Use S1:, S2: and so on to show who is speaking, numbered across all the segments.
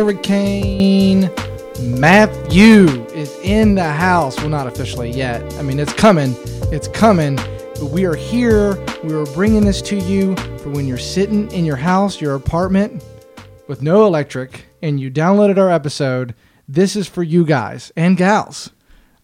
S1: Hurricane Matthew is in the house. Well, not officially yet. I mean, it's coming. It's coming. But we are here. We are bringing this to you for when you're sitting in your house, your apartment, with no electric, and you downloaded our episode. This is for you guys and gals.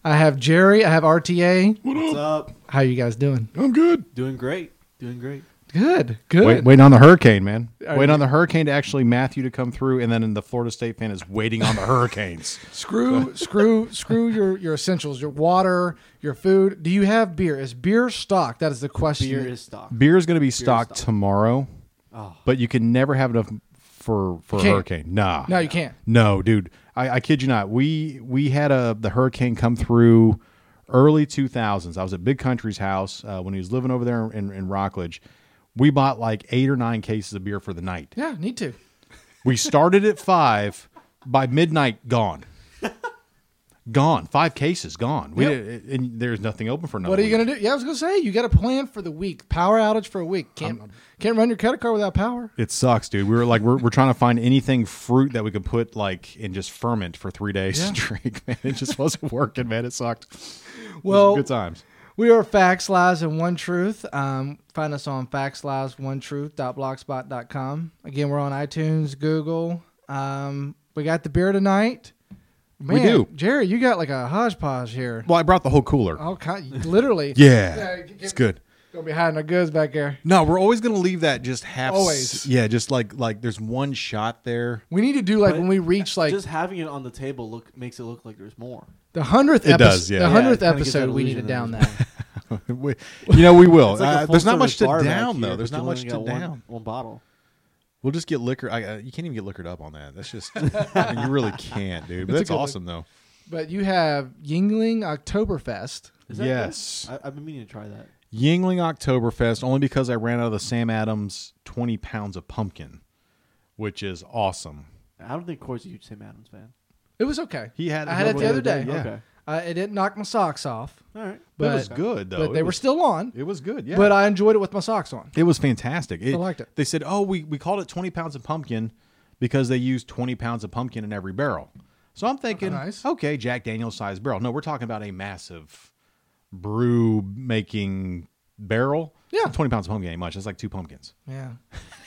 S1: I have Jerry. I have RTA.
S2: What's up?
S1: How you guys doing?
S3: I'm good.
S2: Doing great. Doing great.
S1: Good. Good.
S3: Wait, waiting on the hurricane, man.
S1: Are
S3: waiting
S1: you-
S3: on the hurricane to actually Matthew to come through, and then the Florida State fan is waiting on the hurricanes.
S1: Screw, screw, screw your your essentials, your water, your food. Do you have beer? Is beer stocked? That is the question.
S2: Beer is stock.
S3: Beer is going to be stocked
S2: stocked.
S3: tomorrow,
S2: Oh.
S3: but you can never have enough for for a
S1: Can't.
S3: hurricane. Nah,
S1: no, you can't.
S3: No, dude, I, I kid you not. We we had a the hurricane come through early two thousands. I was at Big Country's house uh, when he was living over there in, in Rockledge. We bought like eight or nine cases of beer for the night.
S1: Yeah, need to.
S3: We started at five. By midnight, gone. Gone. Five cases gone. We
S1: Yep.
S3: did, and there's nothing open for another.
S1: What are you gonna do? Yeah, I was gonna say you got a plan for the week. Power outage for a week. Can't can't run your credit card without power.
S3: It sucks, dude. We were like, we're, we're trying to find anything fruit that we could put like and just ferment for three days and drink. Man, it just wasn't working. Man, it sucked.
S1: Well,
S3: good times.
S1: We are Facts, Lies, and One Truth. Um, find us on Facts, Lies, One Truth.blogspot.com. Again, we're on iTunes, Google. Um, we got the beer tonight. Man,
S3: do.
S1: Jerry, you got like a hodgepodge here.
S3: Well, I brought the whole cooler.
S1: All kind, literally.
S3: Oh. yeah,
S1: g-
S3: it's
S1: give-
S3: good.
S1: Gonna be hiding our goods back there.
S3: No, we're always gonna leave that just half.
S1: Always.
S3: yeah, just like like there's one shot there.
S1: We need to do like
S2: But
S1: when we reach like
S2: Just having it on the table look makes it look like there's more.
S1: the hundredth.
S3: It
S1: episode,
S3: does, yeah.
S1: The
S3: Yeah,
S1: hundredth
S2: it kinda gives that
S1: episode, we need to
S2: illusion that
S1: down that.
S2: there's
S3: We- you know, we will.
S2: It's like a
S3: Uh,
S2: full
S3: there's not
S2: service
S3: much to
S2: bar back
S3: down
S2: here,
S3: though. There's
S2: but
S3: not
S2: you
S3: much
S2: only
S3: to
S2: got one-
S3: down.
S2: One bottle.
S3: We'll just get liquor. I, uh, you can't even get liquored up on that. That's just I mean, you really can't, dude. But
S1: It's a
S3: that's
S1: good look.
S3: awesome though.
S1: But you have Yingling Oktoberfest.
S2: Is that good?
S3: Yes.
S2: I, I've been meaning to try that.
S3: Yingling Oktoberfest only because I ran out of the Sam Adams twenty pounds of pumpkin, which is awesome.
S2: I don't think Corey's a huge Sam Adams fan.
S1: It was okay.
S3: He had
S1: I had it the other day.
S3: Yeah,
S2: Okay.
S1: Uh, it didn't knock my socks off,
S2: All right.
S3: but it
S1: But-
S3: was good though.
S1: but they
S3: It
S1: were
S3: was-
S1: still on.
S3: It was good. Yeah,
S1: But I enjoyed it with my socks on.
S3: It was fantastic. It,
S1: I liked it.
S3: They said, "Oh, we we called it twenty pounds of pumpkin because they used twenty pounds of pumpkin in every barrel." So I'm thinking,
S1: Nice.
S3: okay, Jack Daniel's size barrel. No, we're talking about a massive brew making barrel.
S1: Yeah.
S3: So twenty pounds of pumpkin ain't much. That's like two pumpkins.
S1: Yeah.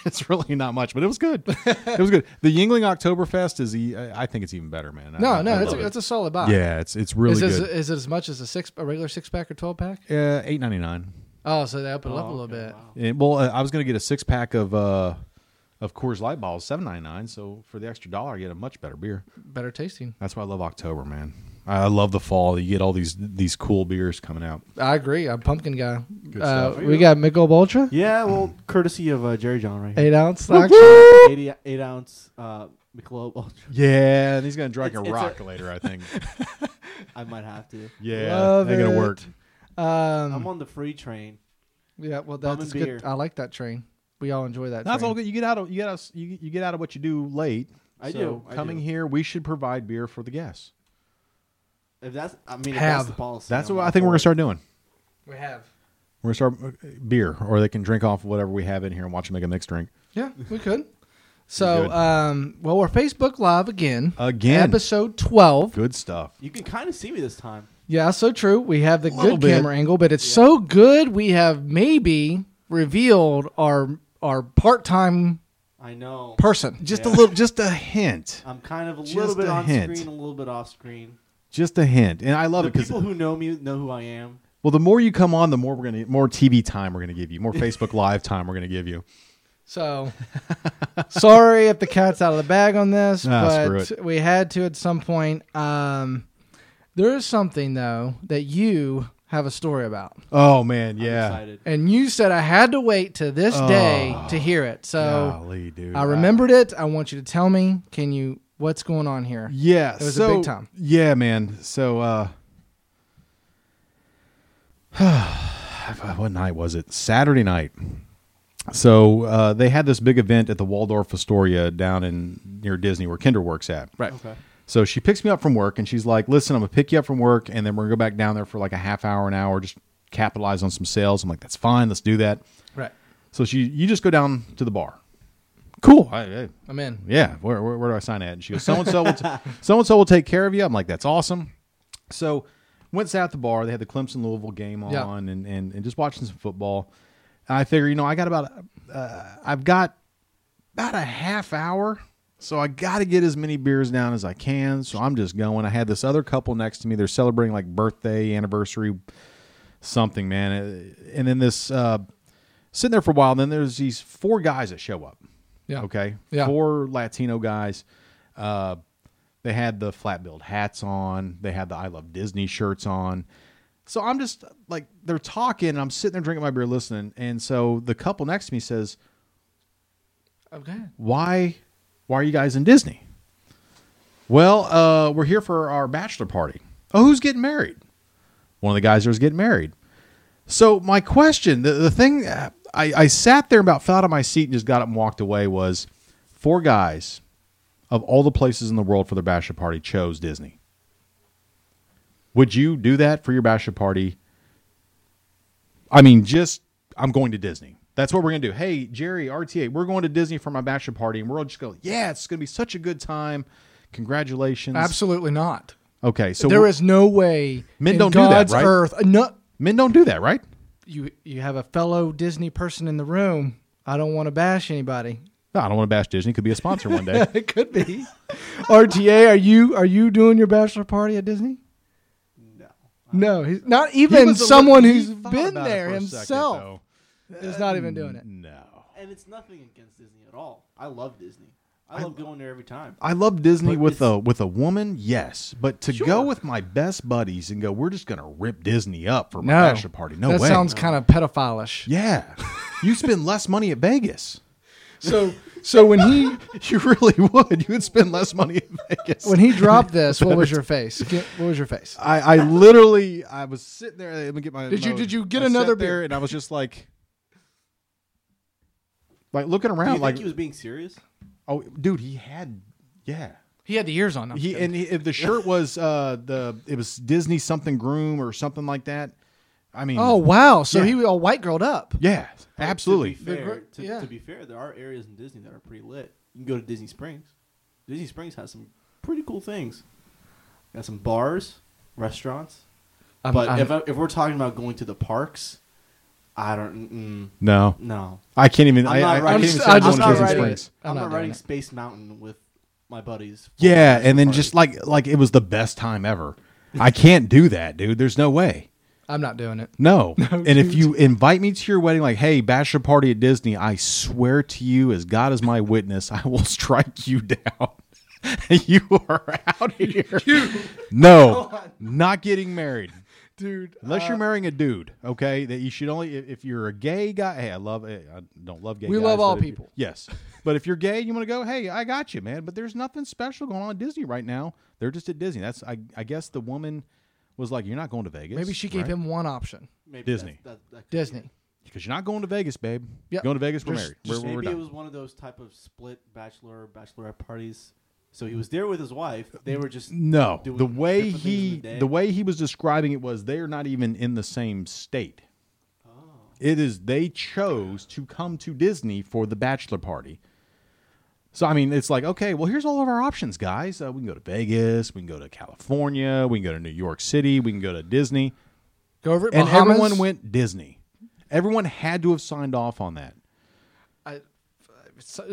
S3: It's really not much, but it was good. it was good. The Yingling Oktoberfest is, e- I I think it's even better, man. I- I-
S1: No,
S3: I
S1: no, it's
S3: love
S1: a,
S3: it.
S1: it's a solid buy.
S3: yeah, it's it's really
S1: Is,
S3: good.
S1: this- is it as much as a six a regular six pack or twelve pack?
S3: uh, Eight ninety nine.
S1: Oh, so they up it up a
S2: Oh,
S1: little
S2: okay,
S1: bit.
S2: wow.
S3: And, well, uh, I was going to get a six pack of uh, of Coors Light balls, seven ninety nine. So for the extra dollar, I get a much better beer.
S1: Better tasting.
S3: That's why I love October, man. I I love the fall. You get all these these cool beers coming out.
S1: I agree. I'm pumpkin guy.
S3: Good
S1: Uh,
S3: stuff.
S1: we got Michelob Ultra,
S2: Yeah, well, courtesy of uh, Jerry John right here.
S1: eight ounce. Actually,
S2: 80, eight ounce uh, Michelob Ultra.
S3: Yeah, and he's going to drink
S2: It's-
S3: a
S2: it's
S3: rock
S2: a-
S3: later, I think.
S2: I might have to.
S3: Yeah,
S1: Love
S3: ain't going
S1: it.
S3: to work. Mm.
S2: I'm
S1: Um,
S2: on the free train.
S1: yeah, well,
S2: Rum
S1: that's
S2: and
S1: good.
S2: beer.
S1: I like that train. We all enjoy that.
S3: That's
S1: train.
S3: all good. You get out of you get out of, you, you get out of what you do late.
S2: I
S3: So
S2: do, I
S3: coming
S2: do.
S3: here, we should provide beer for the guests.
S2: If that's, I mean, if
S1: Have.
S2: that's the policy.
S3: That's
S2: I'm
S3: what
S2: all
S3: I think we're
S2: for
S3: going
S2: it.
S3: to start doing.
S1: We have.
S3: We're going to start uh, beer, or they can drink off whatever we have in here and watch them make a mixed drink.
S1: Yeah, we could. So,
S3: good.
S1: um, well, we're Facebook Live again.
S3: Again.
S1: Episode 12.
S3: Good stuff.
S2: You can kind of see me this time.
S1: Yeah, so true. We have the
S3: Little
S1: good
S3: bit.
S1: camera angle, but it's so good we have maybe revealed our our part-time
S2: I know.
S1: person.
S3: Just a
S2: Yeah.
S3: little, just a hint,
S2: I'm kind of a
S3: Just
S2: little bit
S3: a
S2: on
S3: hint.
S2: screen, a little bit off screen.
S3: just a hint, and I love
S2: The
S3: it because
S2: people who know me know who I am.
S3: well, the more you come on, the more we're gonna more TV time we're gonna give you, more Facebook Live time we're gonna give you.
S1: So, sorry if the cat's out of the bag on this,
S3: Nah, screw
S1: but we had to at some point. Um, there is something though that you have a story about,
S3: Oh man,
S2: I'm
S3: yeah,
S2: excited.
S1: and you said I had to wait to this day
S3: Oh.
S1: to hear it. So.
S3: Golly, dude,
S1: I remembered it. I want you to tell me. Can you? What's going on here?
S3: Yeah,
S1: It was a
S3: so,
S1: big time.
S3: Yeah, man. So, uh, what night was it? Saturday night. So uh, they had this big event at the Waldorf Astoria down in near Disney, where Kinder works at.
S1: Right.
S2: Okay.
S3: So she picks me up from work and she's like, listen, I'm going to pick you up from work and then we're going to go back down there for like a half hour, an hour, just capitalize on some sales. I'm like, that's fine. Let's do that.
S1: Right.
S3: So she, you just go down to the bar. Cool. I, I,
S1: I'm in.
S3: yeah, where, where, where do I sign at? And she goes, so and so will, so and so will take care of you. I'm like, that's awesome. So went sat at the bar. They had the Clemson Louisville game on,
S1: Yeah.
S3: and, and and just watching some football. And I figure, you know, I got about, uh, I've got about a half hour, so I got to get as many beers down as I can. So I'm just going. I had this other couple next to me. They're celebrating like birthday, anniversary, something, man. And then this uh, sitting there for a while. Then there's these four guys that show up.
S1: Yeah.
S3: Okay.
S1: Yeah.
S3: Four Latino guys. Uh, they had the flat billed hats on. They had the I Love Disney shirts on. So I'm just like they're talking. And I'm sitting there drinking my beer, listening. And so the couple next to me says,
S1: Okay.
S3: "Why, why are you guys in Disney?" Well, uh, we're here for our bachelor party. Oh, who's getting married? One of the guys there's getting married. So my question, the, the thing uh, I, I sat there about fell out of my seat and just got up and walked away was four guys of all the places in the world for their bachelor party chose Disney. Would you do that for your bachelor party? I mean, just I'm going to Disney. That's what we're gonna do. Hey, Jerry, RTA, we're going to Disney for my bachelor party, and we're all just going. Yeah, it's gonna be such a good time. Congratulations.
S1: Absolutely not.
S3: Okay, so
S1: there is no way
S3: Men
S1: in
S3: don't do that,
S1: God's
S3: right?
S1: earth. No,
S3: men don't do that, right?
S1: you you have a fellow Disney person in the room. I don't want to bash anybody.
S3: No, I don't want to bash Disney. Could be a sponsor one day.
S1: it could be. RTA, are you are you doing your bachelor party at Disney?
S2: No.
S1: No, he's not
S3: He
S1: even
S3: was a
S1: someone
S3: little-
S1: who's
S3: he thought
S1: been
S3: about it
S1: there
S3: for a second, Mm,
S1: himself is not even doing
S3: though.
S1: it.
S3: No.
S2: And it's nothing against Disney at all. I love Disney. I love going there every time.
S3: I love Disney
S2: But
S3: with
S2: it's-
S3: a with a woman, yes, but to go
S2: Sure.
S3: with my best buddies and go, we're just gonna rip Disney up for my
S1: No,
S3: bachelor party. No
S1: that
S3: way.
S1: sounds kind of pedophilish.
S3: yeah. you spend less money at Vegas.
S1: So so when he
S3: You really would. You would spend less money at Vegas.
S1: when he dropped this, what was your face? Get- What was your face?
S3: I, I literally I was sitting there. Let me get my.
S1: Did you-
S3: my-
S1: did you get
S3: I sat
S1: another
S3: there
S1: beer?
S3: And I was just like, like looking
S2: Do you
S3: around,
S2: think
S3: like,
S2: he was being serious?
S3: oh, dude, he had, yeah.
S1: He had the ears on. I'm
S3: He
S1: kidding.
S3: and he, if the shirt was uh the it was Disney something groom or something like that. I mean,
S1: oh wow! So
S3: Yeah.
S1: he was all white girled up.
S3: yeah, absolutely.
S2: To be, fair,
S1: gr-
S2: to,
S1: yeah.
S2: to be fair, there are areas in Disney that are pretty lit. You can go to Disney Springs. Disney Springs has some pretty cool things. Got some bars, restaurants.
S1: I'm-
S2: but
S1: I'm-
S2: if, I, if we're talking about going to the parks, I don't. Mm,
S3: No,
S2: no,
S3: I can't even.
S2: I'm
S3: I, I,
S2: not
S3: I
S2: riding.
S3: can't
S1: I'm
S3: even
S1: s-
S3: say
S1: I
S3: I'm
S1: just
S3: going to
S1: not
S3: Disney
S1: riding
S3: Springs.
S1: it. I'm
S2: I'm,
S1: not
S2: not
S1: doing
S2: riding
S1: it.
S2: Space Mountain with my buddies.
S3: Yeah, and then
S2: Party.
S3: just like like it was the best time ever. I can't do that, dude. There's no way.
S1: I'm not doing it.
S3: No. and if
S1: Oh, dude.
S3: you invite me to your wedding, like, hey, bachelor party at Disney, I swear to you, as God is my witness, I will strike you down. you are out here. No, not getting married.
S1: dude.
S3: Unless you're marrying a dude, okay? That you should only if, if you're a gay guy. Hey, I love. I don't love gay.
S1: We
S3: guys,
S1: love
S3: but
S1: all
S3: if you-
S1: people.
S3: Yes, but if you're gay, and you want to go. Hey, I got you, man. But there's nothing special going on at Disney right now. They're just at Disney. That's I. I guess the woman was like, "You're not going to Vegas."
S1: Maybe she gave
S3: right?
S1: him one option:
S2: Maybe
S3: Disney.
S2: that's- that- that could be it.
S1: Disney.
S3: because you're not going to Vegas, babe.
S1: Yep.
S3: Going to Vegas, we're
S1: Just-
S3: married.
S1: just
S3: we're, we're
S2: Maybe
S3: done.
S2: it was one of those type of split bachelor bachelorette parties. So he was there with his wife. They were just
S1: Mm,
S3: no,
S2: doing
S3: the way
S2: different things in
S3: he
S2: the day.
S3: the, way he was describing it was they are not even in the same state.
S2: Oh.
S3: It is they chose to come to Disney for the bachelor party. So I mean, it's like okay, well, here's all of our options, guys. Uh, we can go to Vegas, we can go to California, we can go to New York City, we can go to Disney,
S1: Go over it,
S3: and
S1: Bahamas.
S3: everyone went Disney. Everyone had to have signed off on that.
S1: I, so-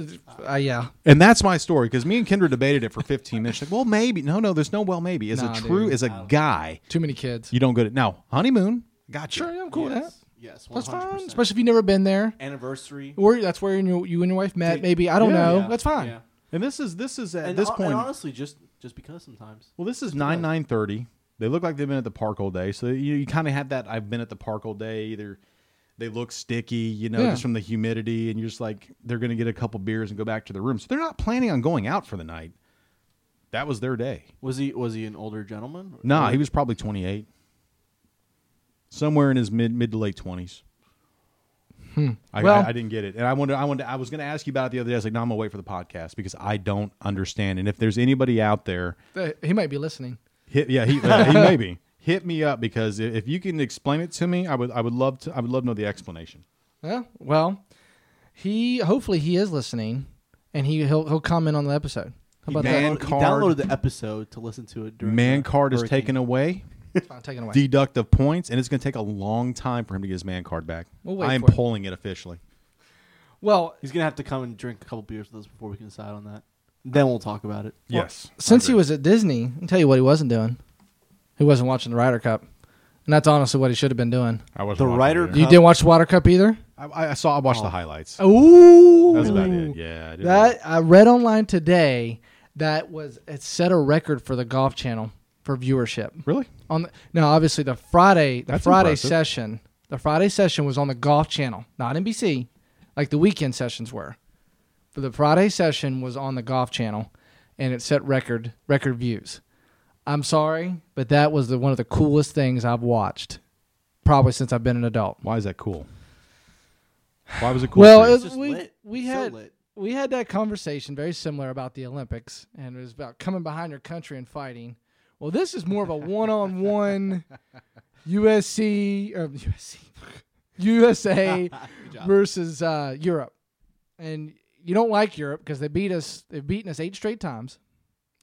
S1: uh, yeah,
S3: And that's my story because me and Kendra debated it for 15 minutes. Like, well, maybe. No, no, there's no well, maybe. As
S1: Nah,
S3: a true,
S1: dude.
S3: as a guy,
S1: too many kids.
S3: you don't go to. Now, honeymoon, got you.
S1: Sure, yeah, I'm cool with that.
S2: yes, yes, one
S1: That's fine,
S2: hundred percent.
S1: especially if you've never been there.
S2: Anniversary.
S1: Or that's where you you and your wife met.
S2: Take-
S1: Maybe I don't
S3: Yeah.
S1: know.
S2: Yeah,
S1: That's fine.
S2: yeah.
S3: And this is this is at
S2: And
S3: this
S2: hon-
S3: point.
S2: and honestly, just just because sometimes.
S3: well, this is nine nine thirty. They look like they've been at the park all day, so you, you kind of have that. I've been at the park all day. Either they look sticky, you know,
S1: Yeah.
S3: just from the humidity, and you're just like they're going to get a couple beers and go back to their room. So they're not planning on going out for the night. That was their day.
S2: Was he was he an older gentleman?
S3: Nah, he was probably 28. Somewhere in his mid mid to late 20s. I,
S1: Hmm. Well-
S3: I, I didn't get it. And I wanted I wanted I was going to ask you about it the other day. I was like, "No, I'm going to wait for the podcast because I don't understand." And if there's anybody out there,
S1: Uh, He might be listening.
S3: hit yeah, he uh, he may be. Hit me up because i- if you can explain it to me, I would I would love to I would love to know the explanation.
S1: Yeah. Well, he hopefully he is listening, and he he'll he'll comment on the episode. How about
S3: Man
S2: downloaded, he
S3: card.
S2: downloaded the episode to listen to it during.
S3: Man
S2: the
S3: card is
S2: hurricane.
S3: taken away,
S1: that? It's fine, taken away.
S3: deduct of points, and it's going to take a long time for him to get his man card back.
S1: We'll wait
S3: I am
S1: for it.
S3: pulling it officially.
S1: Well,
S2: He's gonna have to come and drink a couple beers with us before we can decide on that. Then we'll talk about it.
S3: Yes.
S1: since he was at Disney, I'll tell you what he wasn't doing. He wasn't watching the Ryder Cup. And that's honestly what he should have been doing.
S3: I was
S2: The writer-
S1: You didn't watch the Water Cup either?
S3: I, I saw. I watched the highlights.
S1: Oh. Ooh.
S3: That's about it. Yeah. I didn't
S1: That I read online today that was it set a record for the Golf Channel for viewership.
S3: really. really?
S1: On the, now obviously the Friday the
S3: That's
S1: Friday
S3: impressive.
S1: session, the Friday session was on the Golf Channel, not NBC, like the weekend sessions were. But the Friday session was on the Golf Channel and it set record record views. I'm sorry, but that was the one of the coolest things I've watched probably since I've been an adult.
S3: Why is that cool? Why was it cool?
S1: Well,
S3: for you?
S1: it
S2: It's
S1: was-
S2: just
S1: we-
S2: lit.
S1: we
S2: It's
S1: had-
S2: so lit.
S1: we had that conversation very similar about the Olympics, and it was about coming behind your country and fighting. Well, this is more of a one-on-one USC or USC USA
S2: Good job.
S1: versus uh, Europe, and you don't like Europe because they beat us. They've beaten us eight straight times.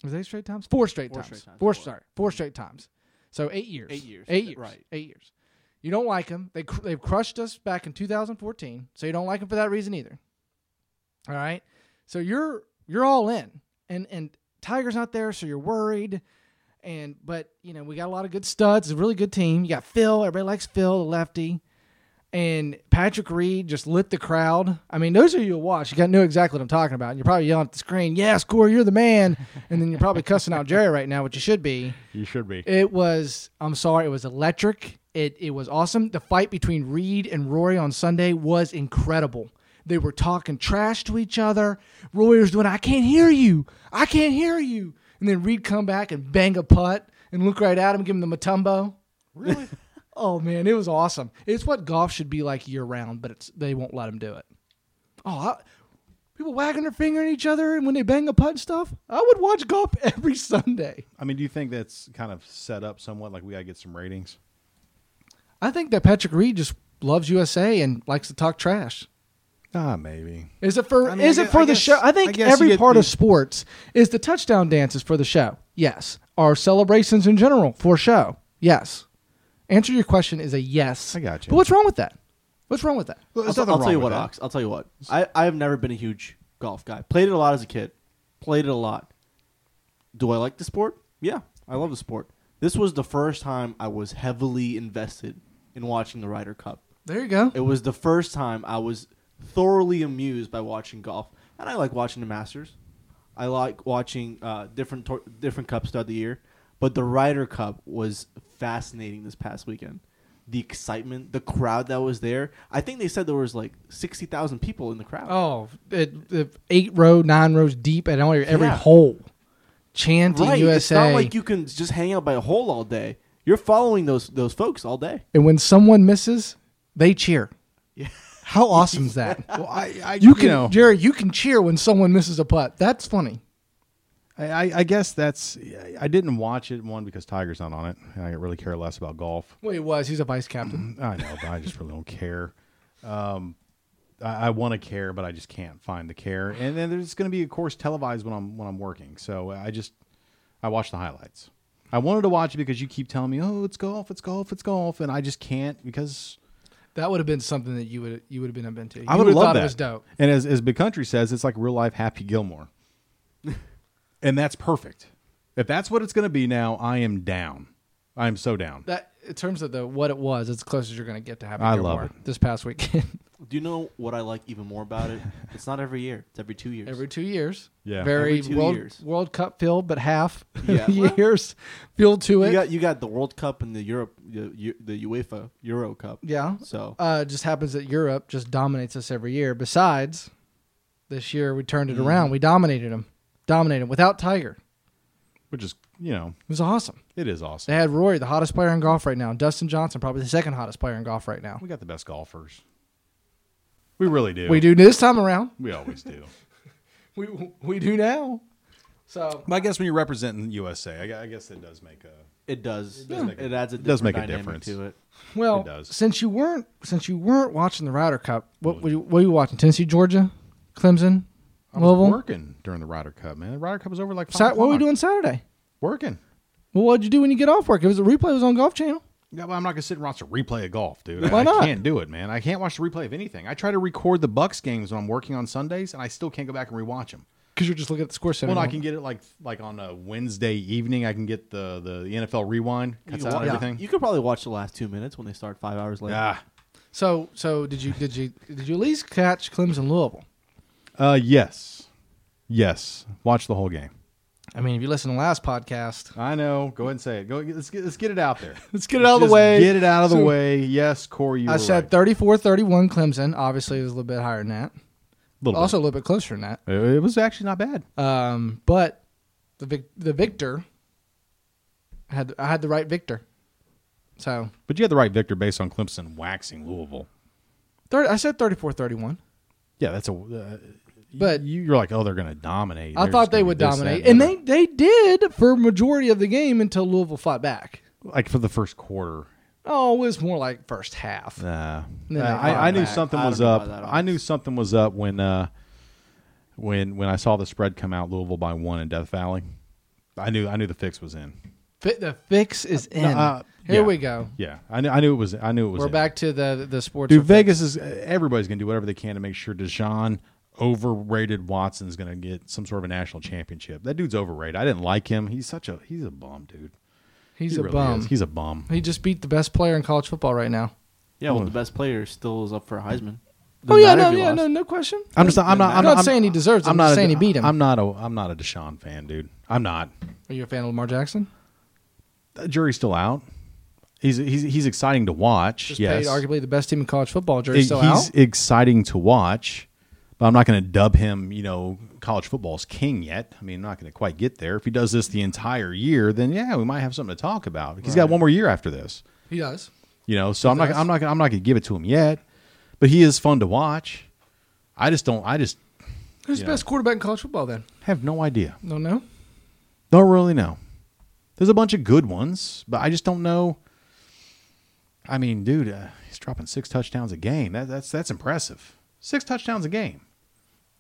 S1: Was it eight straight times? Four straight
S2: Four
S1: times.
S2: straight times,
S1: Four,
S2: four.
S1: sorry, four straight times. So eight years.
S2: Eight years,
S1: Eight
S2: that-
S1: years.
S2: right.
S1: Eight years. You don't like them. They cr- they've crushed us back in 2014. So you don't like them for that reason either. All right. So you're you're all in, and and Tiger's not there, so you're worried. And but you know we got a lot of good studs. It's a really good team. You got Phil. Everybody likes Phil, the lefty. And Patrick Reed just lit the crowd. I mean, those of you who watch, you got know exactly what I'm talking about. And you're probably yelling at the screen, "Yes, Corey, you're the man!" And then you're probably cussing out Jerry right now, which you should be.
S3: you should be.
S1: It was. I'm sorry. It was electric. It it was awesome. The fight between Reed and Rory on Sunday was incredible. They were talking trash to each other. Rory was doing, "I can't hear you. I can't hear you." And then Reed come back and bang a putt and look right at him, give him the matumbo.
S3: Really?
S1: Oh man, it was awesome. It's what golf should be like year round, but it's they won't let him do it. Oh, I, people wagging their finger at each other and when they bang a putt and stuff. I would watch golf every Sunday.
S3: I mean, do you think that's kind of set up somewhat? Like we gotta get some ratings.
S1: I think that Patrick Reed just loves USA and likes to talk trash.
S3: Ah, maybe.
S1: Is it for
S3: I mean,
S1: is
S3: I
S1: it
S3: gue-
S1: for
S3: I
S1: the
S3: guess-
S1: show? I
S3: I
S1: think
S3: guess you
S1: every
S3: get
S1: part of
S3: the-
S1: sports is the touchdown dances for the show. Yes. Are celebrations in general for show? Yes. Answer your question is a yes.
S3: I got you.
S1: But what's wrong with that? What's wrong with that?
S3: Well,
S2: I'll, I'll tell you what, Ox. I'll tell you what. I, I've never been a huge golf guy. Played it a lot as a kid. Played it a lot. Do I like the sport? Yeah, I love the sport. This was the first time I was heavily invested in watching the Ryder Cup.
S1: There you go.
S2: It was the first time I was thoroughly amused by watching golf, and I like watching the Masters. I like watching uh, different tor- different cups throughout the year, but the Ryder Cup was fascinating this past weekend. The excitement, the crowd that was there. I think they said there was like sixty thousand people in the crowd.
S1: Oh, it, it- eight row, nine rows deep at every every
S2: Yeah.
S1: hole. Chanting
S2: right? It's
S1: USA.
S2: not like you can just hang out by a hole all day. You're following those those folks all day.
S1: and when someone misses, they cheer.
S2: Yeah.
S1: How awesome is that?
S3: Well, I, I
S1: You can,
S3: know,
S1: Jerry. You can cheer when someone misses a putt. That's funny.
S3: I, I I guess that's. I didn't watch it one because Tiger's not on it. and I really care less about golf.
S1: Well, he was. He's a vice captain.
S3: I know, but I just really don't care. Um, I, I want to care, but I just can't find the care. And then there's going to be, of course, televised when I'm when I'm working. So I just I watch the highlights. I wanted to watch it because you keep telling me, "Oh, it's golf, it's golf, it's golf," and I just can't because
S1: that would have been something that you would you would have been up into. You
S3: I would have
S1: thought
S3: loved that.
S1: it was dope.
S3: And as as Big Country says, it's like real life Happy Gilmore, and that's perfect. If that's what it's going to be now, I am down. I am so down.
S1: That in terms of the what it was, it's close as you're going to get to happy.
S3: I
S1: Gilmore
S3: love it.
S1: This past weekend,
S2: Do you know what I like even more about it? It's not every year. It's every two years.
S1: every two years.
S3: Yeah.
S1: Very
S2: Every two
S1: World,
S2: years.
S1: World Cup field, but half
S2: Yeah.
S1: years field to it.
S2: You got you got the World Cup and the Europe the, U- the UEFA Euro Cup.
S1: yeah.
S2: So
S1: uh, it just happens that Europe just dominates us every year. Besides, this year we turned it around. We dominated them, dominated 'em without Tiger.
S3: Which is, you know,
S1: It was awesome.
S3: it is awesome.
S1: They had Rory, the hottest player in golf right now, and Dustin Johnson, probably the second hottest player in golf right now.
S3: We got the best golfers. We really do.
S1: We do this time around.
S3: We always do.
S1: We we do now. So
S3: but I guess when you're representing USA, I, gu- I guess it does make a.
S2: it does. It,
S3: does make a-
S2: adds a
S3: it does
S2: different
S3: make a
S2: dynamic
S3: difference.
S2: to it.
S1: well,
S3: It does. Mm-hmm.
S1: since you weren't since you weren't watching the Ryder Cup, what were you, what were you watching? Tennessee, Georgia, Clemson.
S3: I was
S1: Louisville?
S3: working during the Ryder Cup, man. The Ryder Cup was over like five
S1: Sat- what were we
S3: o'clock.
S1: doing Saturday?
S3: Working.
S1: Well, what'd you do when you get off work? It was a replay. was on Golf Channel.
S3: Yeah, but I'm not gonna sit and watch a replay of golf, dude.
S1: Why
S3: I,
S1: not?
S3: I can't do it, man. I can't watch the replay of anything. I try to record the Bucks games when I'm working on Sundays, and I still can't go back and rewatch them.
S1: Because you're just looking at the score center.
S3: Well, I can get it like like on a Wednesday evening. I can get the the, the NFL rewind
S2: You,
S3: cuts
S2: can
S3: out
S2: wa- yeah,
S3: everything.
S2: you could probably watch the last two minutes when they start five hours later.
S3: Yeah.
S1: So, so did you did you did you at least catch Clemson Louisville?
S3: Uh, yes, yes. Watch the whole game.
S1: I mean, if you listen to last podcast,
S3: I know. Go ahead and say it. Go. Let's get let's get it out there.
S1: let's get it out of the
S3: Just
S1: way.
S3: Get it out of the
S1: So,
S3: way. Yes, Corey. You
S1: I
S3: were
S1: said
S3: right.
S1: 34-31 Clemson. Obviously, it was a little bit higher than that.
S3: Little bit.
S1: also, a little bit closer than that.
S3: It it was actually not bad.
S1: Um, but the vic- the victor I had I had the right victor. So
S3: But you had the right victor based on Clemson waxing Louisville.
S1: 30, I said 34-31.
S3: Yeah, that's a. Uh,
S1: But-
S3: you, you're like, oh, they're going to dominate.
S1: I
S3: They're
S1: thought
S3: just
S1: they
S3: gonna
S1: would
S3: do this, that,
S1: dominate, and
S3: the other.
S1: they they did for majority of the game until Louisville fought back.
S3: like for the first quarter.
S1: Oh, it was more like first half.
S3: Nah, Uh,
S1: No, no, come
S3: I, I knew
S1: back.
S3: something
S2: I
S3: was
S2: don't know
S3: up.
S2: about that
S3: I knew something was up when uh, when when I saw the spread come out Louisville by one in Death Valley. I knew I knew the fix was in.
S1: Fi the fix is in.
S3: uh,
S1: Here
S3: yeah.
S1: we go.
S3: Yeah, I knew I knew it was I knew it was.
S1: We're
S3: in.
S1: back to the the sports.
S3: Dude,
S1: effect.
S3: Vegas is everybody's going to do whatever they can to make sure Deshaun overrated Watson's going to get some sort of a national championship. That dude's overrated. I didn't like him. He's such a he's a bum, dude.
S1: He's
S3: He
S1: a
S3: really
S1: bum.
S3: is. He's a bum.
S1: he just beat the best player in college football right now.
S2: Yeah, well, the
S3: Hmm.
S2: best player still is up for Heisman.
S1: oh
S2: Doesn't
S1: yeah,
S2: matter
S1: no,
S2: if you
S1: yeah,
S2: lost.
S1: no, no question.
S3: I'm just. I'm not. I'm
S1: I'm not saying he deserves it. I'm
S3: not
S1: just
S3: a-
S1: saying he beat him.
S3: I'm not a. I'm not a Deshaun fan, dude. I'm not.
S1: Are you a fan of Lamar Jackson?
S3: The jury's still out. He's he's he's exciting to watch.
S1: Just
S3: yes,
S1: paid arguably the best team in college football. Jury
S3: It-
S1: still
S3: he's
S1: out.
S3: exciting to watch, but I'm not going to dub him. You know, college football's king yet. I mean, I'm not going to quite get there. If he does this the entire year, then yeah, we might have something to talk about. He's got one more year after this.
S1: He does.
S3: You know, so I'm not,
S1: does.
S3: I'm not, I'm not going to give it to him yet. But he is fun to watch. I just don't. I just
S1: Who's the
S3: Yeah.
S1: best quarterback in college football then?
S3: have no idea.
S1: Don't know.
S3: Don't really know. There's a bunch of good ones, but I just don't know. I mean, dude, uh, he's dropping six touchdowns a game. That, that's that's impressive. Six touchdowns a game.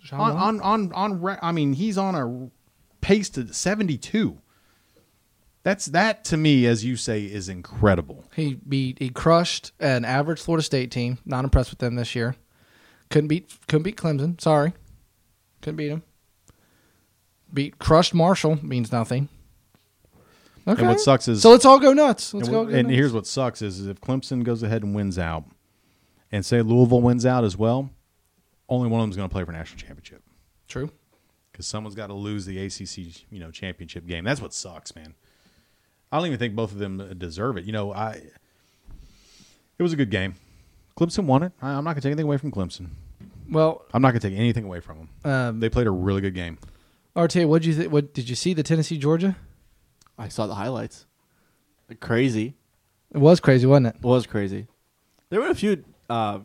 S1: Deshaun
S3: On
S1: Watson?
S3: on on on. Re- I mean, he's on a pace to 72. That's that to me, as you say, is incredible.
S1: He beat he crushed an average Florida State team. Not impressed with them this year. Couldn't beat couldn't beat Clemson. Sorry, couldn't beat him. Beat crushed Marshall means nothing. Okay.
S3: And what sucks is
S1: so let's all go nuts. Let's
S3: and,
S1: go.
S3: we-
S1: go
S3: and
S1: nuts.
S3: here's what sucks is, is if Clemson goes ahead and wins out, and say Louisville wins out as well, only one of them's going to play for national championship.
S1: true.
S3: because someone's got to lose the ACC you know championship game. That's what sucks, man. I don't even think both of them deserve it. You know, I it was a good game. Clemson won it. I, I'm not gonna take anything away from Clemson.
S1: Well,
S3: I'm not gonna take anything away from them.
S1: um,
S3: They played a really good game.
S1: RTA, what did you th- what did you see the Tennessee Georgia?
S2: I saw the highlights. Crazy.
S1: It was crazy, wasn't it?
S2: It was crazy. There were a few uh,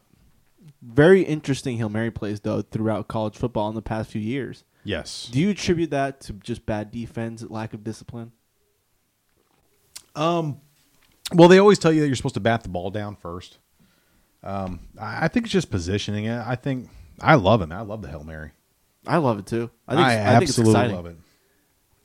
S2: very interesting Hail Mary plays, though, throughout college football in the past few years.
S3: Yes.
S2: Do you attribute that to just bad defense, lack of discipline?
S3: Um, well, they always tell you that you're supposed to bat the ball down first. Um, I I think it's just positioning. it. I think I love him. I love the hail mary.
S2: I love it too. I
S3: I,
S2: think it's- I, think it's
S3: absolutely
S2: exciting.
S3: love it.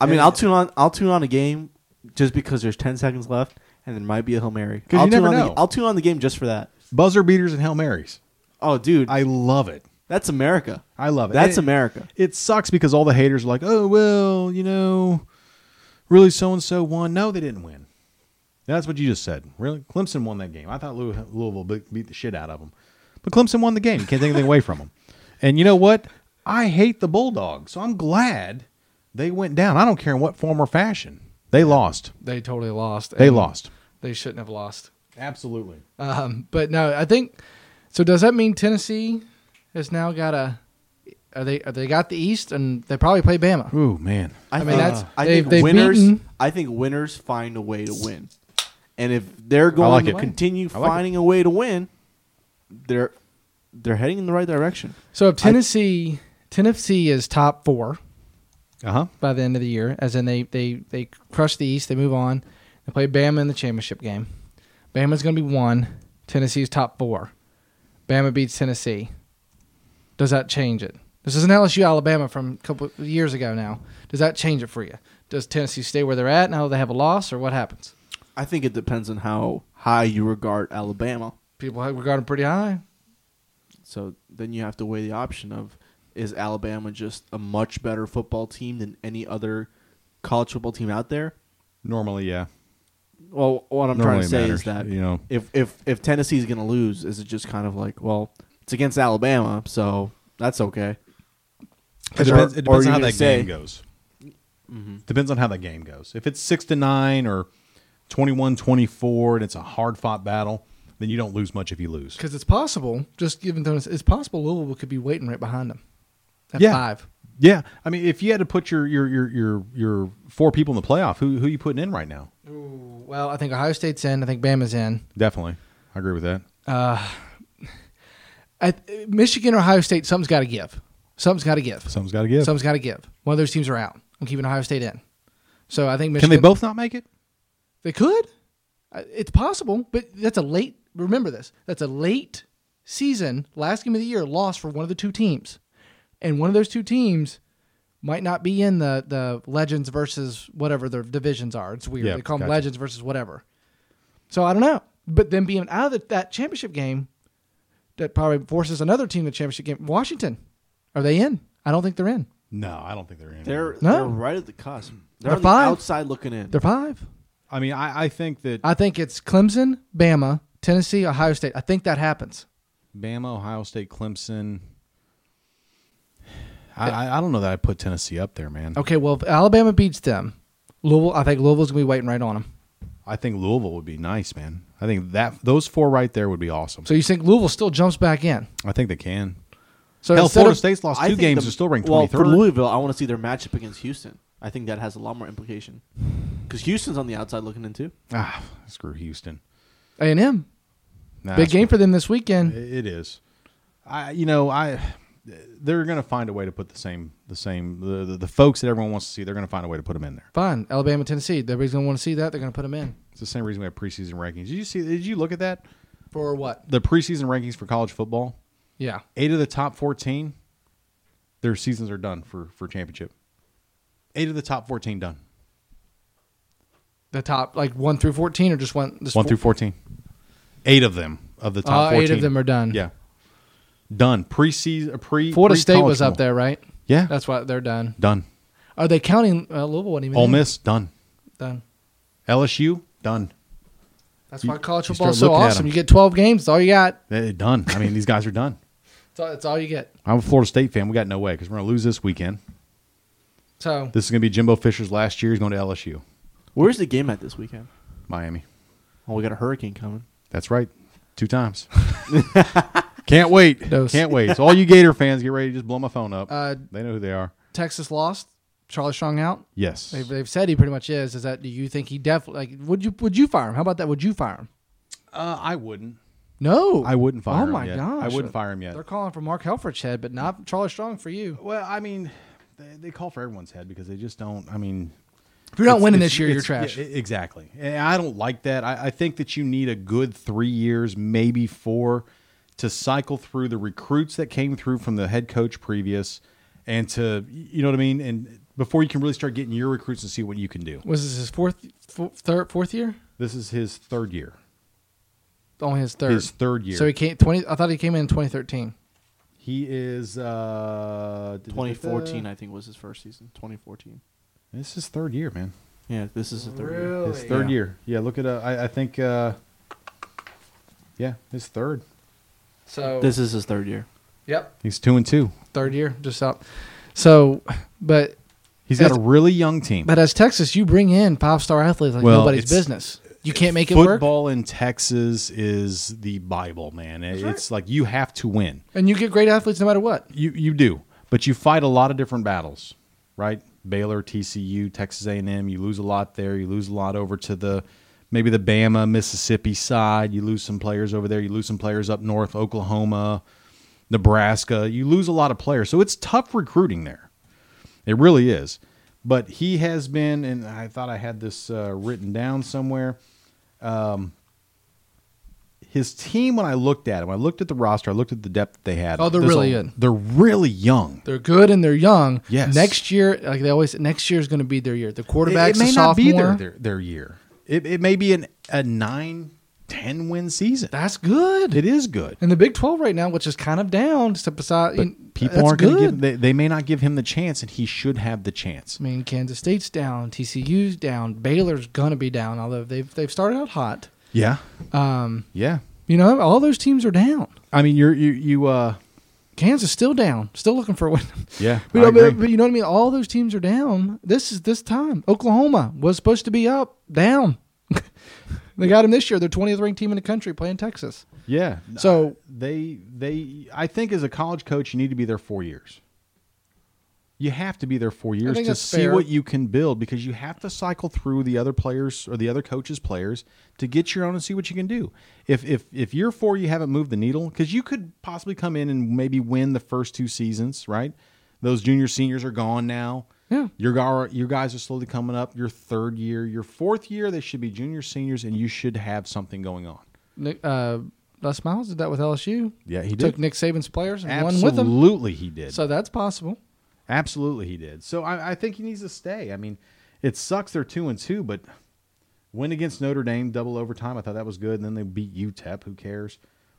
S2: I mean, I'll tune on. I'll tune on a game just because there's ten seconds left, and there might be a hail mary.
S3: 'Cause
S2: I'll
S3: you
S2: tune
S3: never
S2: on
S3: know.
S2: The, I'll tune on the game just for that.
S3: Buzzer beaters and hail marys.
S2: Oh, dude,
S3: I love it.
S2: that's America.
S3: I love it.
S2: That's
S3: And-
S2: America.
S3: it sucks because all the haters are like, oh well, you know, really so and so won. No, they didn't win. That's what you just said. Really, Clemson won that game. I thought Lou- Louisville beat beat the shit out of them, but Clemson won the game. You can't take anything away from them. And you know what? I hate the Bulldogs, so I'm glad they went down. I don't care in what form or fashion. They lost.
S1: They totally lost.
S3: They
S1: and
S3: lost.
S1: They shouldn't have lost.
S3: Absolutely.
S1: Um, but no, I think so. Does that mean Tennessee has now got a? Are they are they got the East and they probably play Bama?
S3: Ooh man.
S1: I mean,
S2: think-
S1: that's-
S2: I
S1: they've-
S2: think
S1: they've
S2: winners.
S1: beaten-
S2: I think winners find a way to win, and if they're going
S3: like
S2: to
S3: it.
S2: continue
S3: I like it.
S2: finding a way to win, they're they're heading in the right direction.
S1: So if Tennessee Tennessee is top four
S3: Uh huh.
S1: by the end of the year, as in they they they crush the East, they move on, they play Bama in the championship game. Bama's going to be one. Tennessee's top four. Bama beats Tennessee. Does that change it? This is an LSU Alabama from a couple of years ago now. Does that change it for you? Does Tennessee stay where they're at now? They have a loss, or what happens?
S2: I think it depends on how high you regard Alabama.
S1: People have regard them pretty high.
S2: So then you have to weigh the option of is Alabama just a much better football team than any other college football team out there?
S3: Normally, yeah.
S2: Well, what I'm trying
S3: Normally
S2: to
S3: it
S2: say
S3: matters,
S2: is that
S3: you know.
S2: if if if Tennessee's going to lose, is it just kind of like well, it's against Alabama, so that's okay.
S3: It
S2: Or-
S3: depends, it
S2: or
S3: depends
S2: you
S3: on how
S2: could
S3: that
S2: say-
S3: game goes. Depends on how that game goes. If it's six to nine or 21-24 and it's a hard fought battle, then you don't lose much if you lose.
S1: Because it's possible, just given them, it's possible Louisville could be waiting right behind them at
S3: Yeah.
S1: five.
S3: Yeah, I mean, if you had to put your your your your, your four people in the playoff, who who you putting in right now?
S1: Ooh, well, I think Ohio State's in. I think Bama's in.
S3: Definitely, I agree with that.
S1: At Michigan or Ohio State, something's got to give. Something's got to give.
S3: Something's got to give.
S1: Something's got to give. One of those teams are out. I'm keeping Ohio State in. So I think
S3: Can
S1: Michigan.
S3: they both not make it?
S1: They could. Uh, It's possible, but that's a late. Remember this. That's a late season, last game of the year, loss for one of the two teams, and one of those two teams might not be in the the legends versus whatever their divisions are. It's weird.
S3: Yeah,
S1: they call them
S3: gotcha.
S1: legends versus whatever. So I don't know. But then being out of the, that championship game, that probably forces another team to the championship game. Washington, are they in? I don't think they're in.
S3: No, I don't think they're in.
S2: They're
S1: No.
S2: they're right at the cusp. They're,
S1: They're
S2: on the
S1: five.
S2: outside looking in.
S1: They're five.
S3: I mean, I, I think that
S1: I think it's Clemson, Bama, Tennessee, Ohio State. I think that happens.
S3: Bama, Ohio State, Clemson. I, I I don't know that I put Tennessee up there, man.
S1: Okay, well, if Alabama beats them, Louisville. I think Louisville's gonna be waiting right on them.
S3: I think Louisville would be nice, man. I think that those four right there would be awesome.
S1: So you think Louisville still jumps back in?
S3: I think they can.
S1: So
S3: Hell,
S1: instead
S3: Florida
S1: of-
S3: State's lost
S2: I
S3: two
S2: think
S3: games
S2: the-
S3: and still ranked
S2: well,
S3: twenty
S2: for
S3: third.
S2: Louisville, I want to see their matchup against Houston. I think that has a lot more implication because Houston's on the outside looking in too.
S3: ah, screw Houston.
S1: A and M,
S3: Nah,
S1: big
S3: that's-
S1: game for them this weekend.
S3: It is. I you know I they're going to find a way to put the same the same the, the, the folks that everyone wants to see. They're going to find a way to put them in there.
S1: Fine, Alabama, Tennessee. Everybody's gonna want to see that. They're gonna put them in
S3: It's the same reason we have preseason rankings. Did you see? Did you look at that?
S1: for what?
S3: The preseason rankings for college football.
S1: Yeah,
S3: Eight of the top fourteen, their seasons are done for for championship. Eight of the top fourteen done.
S1: the top like one through fourteen, or just one. Just
S3: One through fourteen. Eight of them of the top.
S1: Oh,
S3: 14.
S1: eight of them are done.
S3: Yeah, done. Preseason. Pre.
S1: Florida
S3: pre-
S1: State
S3: college
S1: was up
S3: football.
S1: there, right?
S3: Yeah,
S1: That's why they're done.
S3: done.
S1: Are they counting uh, Louisville? Wasn't even
S3: Ole
S1: in.
S3: Miss done.
S1: done.
S3: LSU done.
S1: That's why college
S3: you
S1: football is
S3: start
S1: so
S3: looking at
S1: awesome.
S3: them.
S1: You get twelve games. It's all you got.
S3: They- Eh, done. I mean, these guys are done.
S1: It's all, it's all you get.
S3: I'm a Florida State fan. We got no way because we're going to lose this weekend.
S1: So
S3: This is going to be Jimbo Fisher's last year. He's going to LSU,
S2: Where's the game at this weekend?
S3: Miami.
S2: Oh, we got a hurricane coming.
S3: That's right. Two times. Can't wait.
S1: Dose.
S3: Can't wait. So all you Gator fans, get ready to just blow my phone up.
S1: Uh,
S3: they know who they are.
S1: Texas lost. Charlie Strong out.
S3: Yes.
S1: They've, they've said he pretty much is. Is that do you think he definitely like would you would you fire him? How about that? Would you fire him?
S3: Uh, I wouldn't.
S1: No,
S3: I wouldn't fire
S1: Oh
S3: him
S1: my
S3: yet.
S1: gosh,
S3: I wouldn't fire him yet.
S1: They're calling for Mark Helfrich's head, but not Charlie Strong for you.
S3: Well, I mean, they, they call for everyone's head because they just don't. I mean,
S1: If you're not
S3: It's-
S1: winning
S3: it's-
S1: this year, you're
S3: it's-
S1: trash.
S3: yeah, e- exactly. And I don't like that. I, I think that you need a good three years, maybe four, to cycle through the recruits that came through from the head coach previous and to, you know what I mean? And before you can really start getting your recruits and see what you can do.
S1: Was this his fourth, four, third, fourth year?
S3: This is his third year.
S1: Only his third.
S3: His third year.
S1: So he came twenty. I thought he came in 2013.
S3: He is uh,
S2: 2014, I think, was his first season. 2014.
S3: This is his third year, man.
S2: Yeah, this is the third year.
S1: Really?
S3: His third
S2: Yeah.
S3: year. Yeah, look at uh, I, I think uh, yeah, his third.
S1: So
S2: This is his third year.
S1: yep,
S3: He's two and two.
S1: third year, just out. So, but
S3: He's got a
S1: That's-
S3: really young team.
S1: but uh, as Texas, you bring in five star athletes like
S3: Well,
S1: nobody's
S3: it's-
S1: business. You can't make it work,
S3: football in Texas is the Bible, man. It-
S1: right.
S3: It's like you have to win.
S1: and you get great athletes no matter what.
S3: You you do, but you fight a lot of different battles, right? Baylor, TCU, Texas A&M. You lose a lot there. You lose a lot over to the maybe the Bama, Mississippi side. You lose some players over there. You lose some players up north, Oklahoma, Nebraska. You lose a lot of players, so it's tough recruiting there. It really is. But he has been, and I thought I had this uh, written down somewhere. Um, His team, when I looked at him, I looked at the roster, I looked at the depth they had.
S1: Oh, they're
S3: There's
S1: really
S3: a-
S1: good.
S3: They're really young.
S1: They're good and they're young.
S3: Yes.
S1: Next year, like they always, next year is going to be their year. The
S3: It,
S1: quarterback's
S3: it may
S1: a
S3: not
S1: sophomore.
S3: be their, their their year. It, it may be an, a nine, 10 win season.
S1: That's good.
S3: It is good.
S1: And the Big Twelve right now, which is kind of down, just beside
S3: But people aren't going to give. They, they may not give him the chance, and he should have the chance.
S1: I mean, Kansas State's down, TCU's down, Baylor's gonna be down. Although they've they've started out hot.
S3: Yeah,
S1: Um,
S3: yeah.
S1: you know, all those teams are down.
S3: I mean, you're you you. Uh,
S1: Kansas still down, still looking for a win.
S3: yeah,
S1: But, you
S3: I
S1: know, but-
S3: agree.
S1: but you know what I mean. All those teams are down. This is this time. Oklahoma was supposed to be up, down. they got them this year. They're twentieth ranked team in the country playing Texas.
S3: yeah.
S1: So-
S3: they they I think as a college coach, you need to be there four years. You have to be there four years
S1: think
S3: to
S1: that's
S3: see
S1: fair.
S3: what you can build because you have to cycle through the other players or the other coaches' players to get your own and see what you can do. If if if year four you haven't moved the needle, because you could possibly come in and maybe win the first two seasons, right? Those junior seniors are gone now.
S1: Yeah.
S3: Your gar- your guys are slowly coming up. Your third year, your fourth year, they should be junior seniors, and you should have something going on.
S1: Nick, uh, Les Miles did that with LSU.
S3: Yeah, he
S1: took
S3: did.
S1: Nick Saban's players and
S3: Absolutely,
S1: won with them.
S3: he did.
S1: So that's possible.
S3: Absolutely, he did. So I, I think he needs to stay. I mean, it sucks they're two and two, but win against Notre Dame, double overtime. I thought that was good. And then they beat UTEP. Who cares?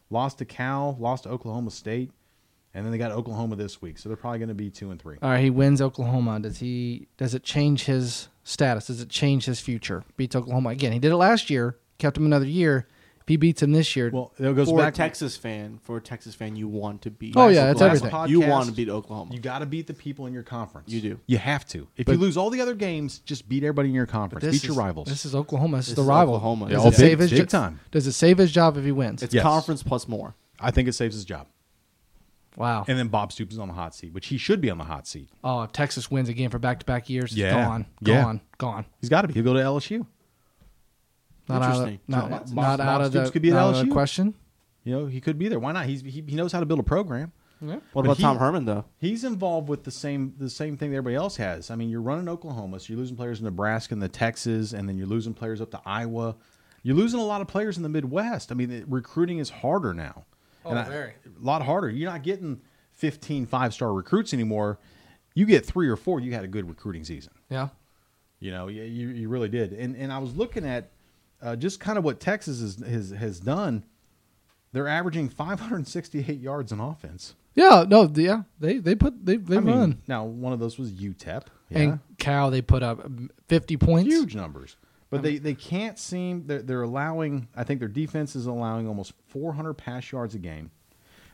S3: Lost to Cal, lost to Oklahoma State, and then they got Oklahoma this week. So they're probably going to be two and three.
S1: All right, he wins Oklahoma. Does he? Does it change his status? Does it change his future? Beats Oklahoma again. He did it last year. Kept him another year. If he beats him this year,
S3: Well, it goes
S2: for
S3: back.
S2: a Texas fan, for a Texas fan, you want to beat.
S1: Oh, yeah, that's
S2: Oklahoma.
S1: everything.
S2: You
S3: Podcast.
S2: want to beat Oklahoma.
S3: You got to beat the people in your conference.
S2: You do.
S3: You have to. If
S1: But-
S3: you lose all the other games, just beat everybody in your conference.
S1: this
S3: Beat your
S1: is-
S3: rivals.
S1: This is Oklahoma. This, is
S2: This
S1: the
S2: is
S1: rival.
S2: Oklahoma.
S1: Does
S3: Yeah,
S1: it
S3: oh,
S1: save
S3: big-
S1: his
S3: big
S1: jo-
S3: time.
S1: Does it save his job if he wins?
S2: it's
S3: Yes.
S2: conference plus more.
S3: I think it saves his job.
S1: wow.
S3: And then Bob Stoops is on the hot seat, which he should be on the hot seat.
S1: Oh, if Texas wins again for back-to-back years, it's
S3: Yeah.
S1: gone,
S3: Yeah.
S1: gone, gone.
S3: He's got to be. He'll go to LSU.
S1: Not out of
S2: Interesting.
S1: not,
S3: Bob-
S1: not
S3: Bob
S1: out of the,
S3: Stoops could be at
S1: not out of the
S3: LSU.
S1: question.
S3: You know, he could be there. Why not? He's he, he knows how to build a program.
S1: Yeah.
S2: What
S3: But
S2: about
S3: he-
S2: Tom Herman though?
S3: He's involved with the same the same thing that everybody else has. I mean, you're running Oklahoma, so you're losing players in Nebraska and the Texas, and then you're losing players up to Iowa. You're losing a lot of players in the Midwest. I mean, the, recruiting is harder now.
S1: Oh,
S3: And I-
S1: very.
S3: A lot harder. You're not getting 15 five star recruits anymore. You get three or four. You had a good recruiting season.
S1: Yeah.
S3: You know, you, you, you really did. And and I was looking at uh, just kind of what Texas is, has has done. They're averaging 568 yards on offense.
S1: Yeah. No. the- Yeah. They they put they they
S3: I
S1: run.
S3: mean, now one of those was UTEP. Yeah.
S1: And Cal, they put up um, 50 points.
S3: huge numbers. But they, they can't seem they're, they're allowing I think their defense is allowing almost 400 pass yards a game,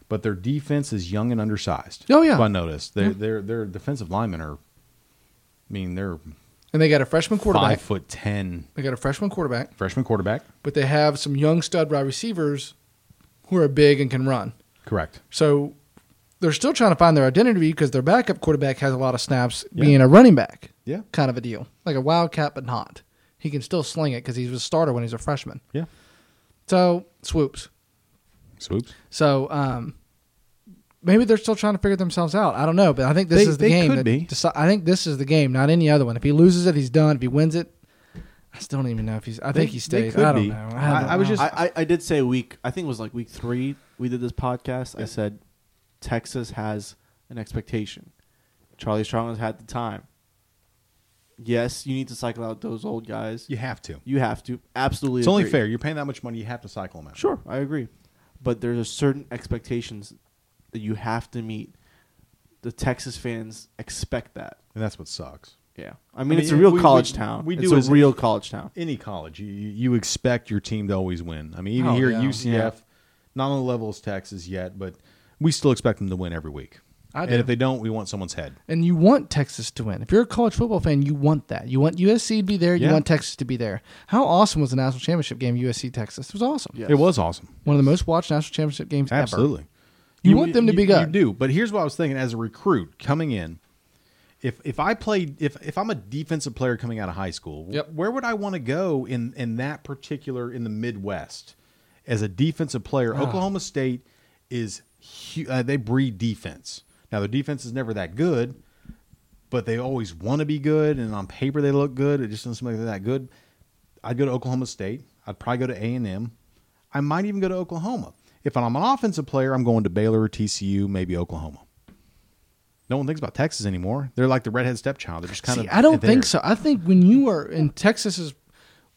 S3: but their defense is young and undersized.
S1: Oh, yeah.
S3: if I noticed their their their defensive linemen are, I mean they're
S1: And they got a freshman quarterback.
S3: five foot ten
S1: They got a freshman quarterback,
S3: freshman quarterback.
S1: but they have some young stud wide receivers who are big and can run.
S3: Correct.
S1: So they're still trying to find their identity because their backup quarterback has a lot of snaps
S3: Yeah.
S1: being a running back
S3: Yeah.
S1: kind of a deal, like a wildcat, but not. He can still sling it because he was a starter when he's a freshman.
S3: Yeah.
S1: So swoops.
S3: Swoops.
S1: So um, maybe they're still trying to figure themselves out. I don't know, but I think this
S3: They-
S1: is the
S3: they
S1: game.
S3: could
S1: that
S3: be.
S1: deci- I think this is the game, not any other one. If he loses it, he's done. If he wins it, I still don't even know if he's. I think he stays.
S3: could
S1: I don't
S3: be.
S1: know. I,
S3: I-
S1: don't
S3: I was
S1: know.
S3: just-
S2: I, I, I did say week. I think it was like week three. We did this podcast. I said Texas has an expectation. Charlie Strong has had the time. Yes, you need to cycle out those old guys.
S3: You have to.
S2: You have to absolutely.
S3: It's only
S2: agree.
S3: fair. You're paying that much money. You have to cycle them out.
S2: Sure, I agree, but there are certain expectations that you have to meet. The Texas fans expect that.
S3: And that's what sucks.
S2: Yeah, I mean,
S3: mean,
S2: it's a real
S3: we- we-
S2: college town.
S3: we
S2: We
S3: do
S2: do it's
S3: as-
S2: a real college town.
S3: Any college, you, you you expect your team to always win. I mean, even
S1: Oh,
S3: here
S1: yeah.
S3: at UCF, not on the level as Texas yet, but we still expect them to win every week.
S1: I do.
S3: And if they don't, we want someone's head.
S1: and you want Texas to win. If you're a college football fan, you want that. You want USC to be there. You
S3: Yeah.
S1: want Texas to be there. How awesome was the national championship game? USC Texas. It was awesome.
S2: Yeah.
S3: It was awesome.
S1: One of the most watched national championship games ever.
S3: Absolutely.
S1: You want them to be good.
S3: You do. But here's what I was thinking as a recruit coming in. If if I played if if I'm a defensive player coming out of high school,
S1: Yep.
S3: where would I want to go in in that particular in the Midwest as a defensive player?
S1: Ah.
S3: Oklahoma State is hu- uh, they breed defense. Now their defense is never that good, but they always want to be good, and on paper they look good. It just doesn't seem like they're that good. I'd go to Oklahoma State. I'd probably go to A and M. I might even go to Oklahoma. If I'm an offensive player, I'm going to Baylor or TCU, maybe Oklahoma. No one thinks about Texas anymore. They're like the redhead stepchild. They're just kind
S1: See,
S3: of.
S1: I don't
S3: there.
S1: think so. I think when you are in Texas is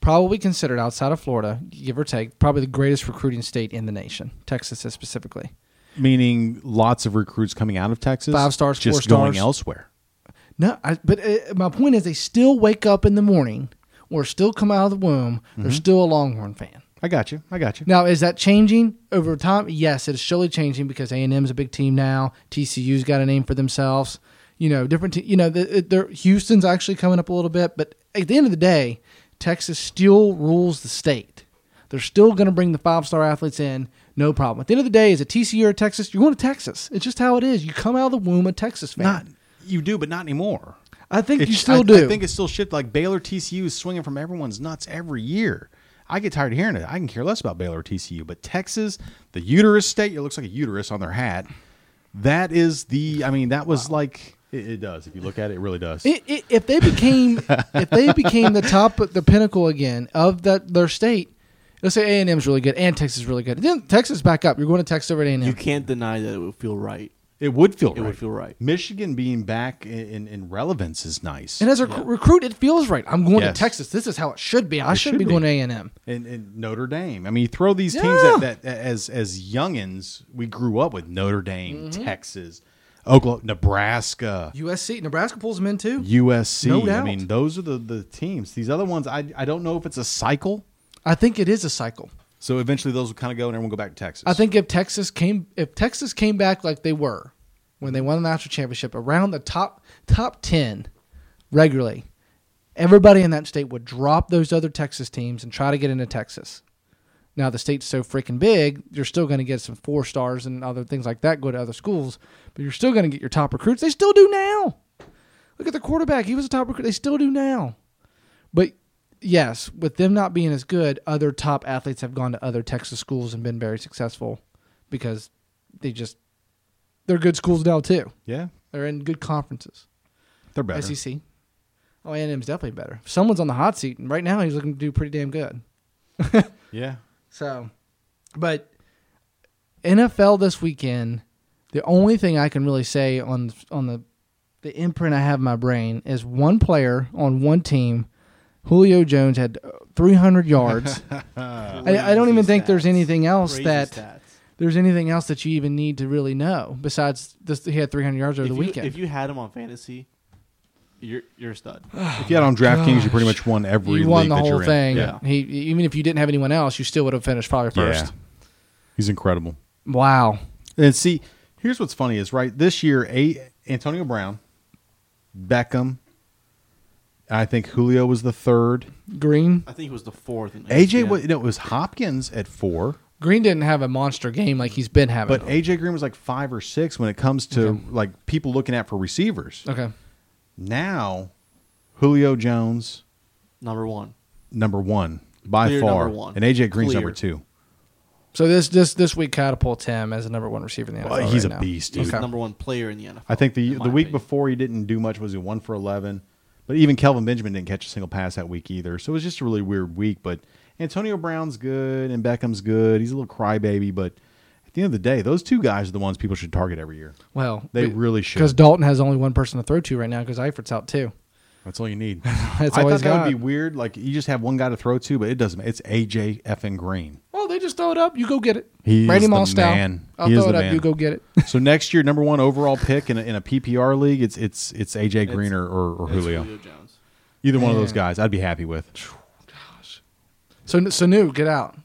S1: probably considered outside of Florida, give or take, probably the greatest recruiting state in the nation. Texas is specifically.
S3: Meaning lots of recruits coming out of Texas,
S1: Five stars,
S3: just
S1: four
S3: going
S1: stars.
S3: elsewhere.
S1: No, I, but uh, my point is they still wake up in the morning or still come out of the womb. They're
S3: Mm-hmm.
S1: still a Longhorn fan.
S3: I got you. I got you.
S1: Now, is that changing over time? Yes, it is surely changing because A and M's a big team now. TCU's got a name for themselves. You know, different. Te- you know, the, they're, Houston's actually coming up a little bit, but at the end of the day, Texas still rules the state. They're still going to bring the five star athletes in, no problem. At the end of the day, is it TCU or Texas? You're going to Texas. It's just how it is. You come out of the womb a Texas fan.
S3: Not you do, but not anymore.
S1: I think you
S3: It's-
S1: still
S3: I-
S1: do.
S3: I think it's still shit. Like Baylor TCU is swinging from everyone's nuts every year. I get tired of hearing it. I can care less about Baylor or TCU, but Texas, the uterus state, it looks like a uterus on their hat. That is the. I mean, that was like it, it does. If you look at it, it really does.
S1: It, it, if they became if they became the top the pinnacle again of that their state, let's say A and M's really good and Texas is really good. Then Texas back up. You're going to Texas over A and
S2: You
S1: M.
S2: can't deny that it would feel right.
S3: It would feel.
S2: It would feel right.
S3: Michigan being back in, in, in relevance is nice.
S1: And as a rec- recruit, it feels right. I'm going
S3: Yes.
S1: to Texas. This is how it should be. I
S3: It
S1: shouldn't
S3: should
S1: be
S3: be.
S1: going to A and M.
S3: and, and Notre Dame. I mean, you throw these teams
S1: Yeah.
S3: that, that as as youngins we grew up with Notre Dame,
S1: Mm-hmm.
S3: Texas, Oklahoma, Nebraska,
S1: USC, Nebraska pulls them in too.
S3: USC.
S1: No
S3: I
S1: doubt.
S3: mean, those are the the teams. These other ones, I I don't know if it's a cycle.
S1: I think it is a cycle.
S3: So eventually, those will kind of go, and everyone will go back to Texas.
S1: I think if Texas came if Texas came back like they were when they won the national championship around the top top ten regularly, everybody in that state would drop those other Texas teams and try to get into Texas. Now the state's so freaking big, you're still going to get some four stars and other things like that go to other schools, but you're still going to get your top recruits. They still do now. Look at the quarterback; he was a top recruit. They still do now. But yes, with them not being as good, other top athletes have gone to other Texas schools and been very successful because they just they're good schools now too.
S3: yeah,
S1: They're in good conferences.
S3: they're better.
S1: SEC. Oh, A&M's definitely better. Someone's on the hot seat, and right now he's looking to do pretty damn good.
S3: Yeah,
S1: So, but NFL this weekend, the only thing I can really say on on the the imprint I have in my brain is one player on one team. Julio Jones had 300 yards.
S3: Uh,
S1: I, I don't
S2: Crazy
S1: even think there's
S2: stats.
S1: anything else
S2: Crazy
S1: that
S2: stats.
S1: there's anything else that you even need to really know besides this. He had 300 yards over
S2: if
S1: the
S2: you,
S1: weekend.
S2: If you had him on fantasy, you're you're a stud.
S3: if you had on DraftKings, you pretty much won every.
S1: you won
S3: league
S1: the
S3: that
S1: whole
S3: you're in.
S1: thing.
S3: Yeah.
S1: He even if you didn't have anyone else, you still would have finished probably first.
S3: Yeah. he's incredible.
S1: Wow.
S3: And see, here's what's funny is right this year, a Antonio Brown, Beckham. I think Julio was the third.
S1: Green.
S2: I think he was the fourth. In E
S3: AJ,
S2: ESPN.
S3: was, no, it was Hopkins at four,
S1: Green didn't have a monster game like he's been having.
S3: but AJ Green was like five or six when it comes to
S1: Okay.
S3: like people looking at for receivers.
S1: okay,
S3: Now, Julio Jones
S2: number one.
S3: number one by
S2: Clear
S3: far,
S2: number one.
S3: and AJ Green's
S2: Clear.
S3: number two.
S1: so this this this week catapults him as the number one receiver in the NFL.
S3: Well, he's
S1: right
S3: a
S1: now.
S3: beast, dude.
S2: He's the
S1: Okay.
S2: number one player in the NFL.
S3: I think the
S2: in my
S3: the week
S2: opinion.
S3: before he didn't do much. Was he one for eleven? But even Kelvin Benjamin didn't catch a single pass that week either. So it was just a really weird week. But Antonio Brown's good and Beckham's good. He's a little crybaby, but at the end of the day, those two guys are the ones people should target every year.
S1: Well,
S3: They really should.
S1: because Dalton has only one person to throw to right now because Eifert's out too.
S3: That's all you need.
S1: That's
S3: I
S1: all
S3: thought
S1: he's
S3: that
S1: got.
S3: would be weird. Like you just have one guy to throw to, but it doesn't. It's AJ effing Green.
S1: Well, they just throw it up. You go get it.
S3: He
S1: Randy
S3: is the
S1: Moss style.
S3: man.
S1: I'll
S3: He is
S1: throw it
S3: the
S1: up.
S3: man.
S1: You go get it.
S3: so next year, number one overall pick in a, in a PPR league, it's it's it's AJ Green or, or, or
S2: It's
S3: Julio.
S2: Jones.
S3: Either one of those
S1: Man.
S3: guys, I'd be happy with.
S1: So Sanu, get out.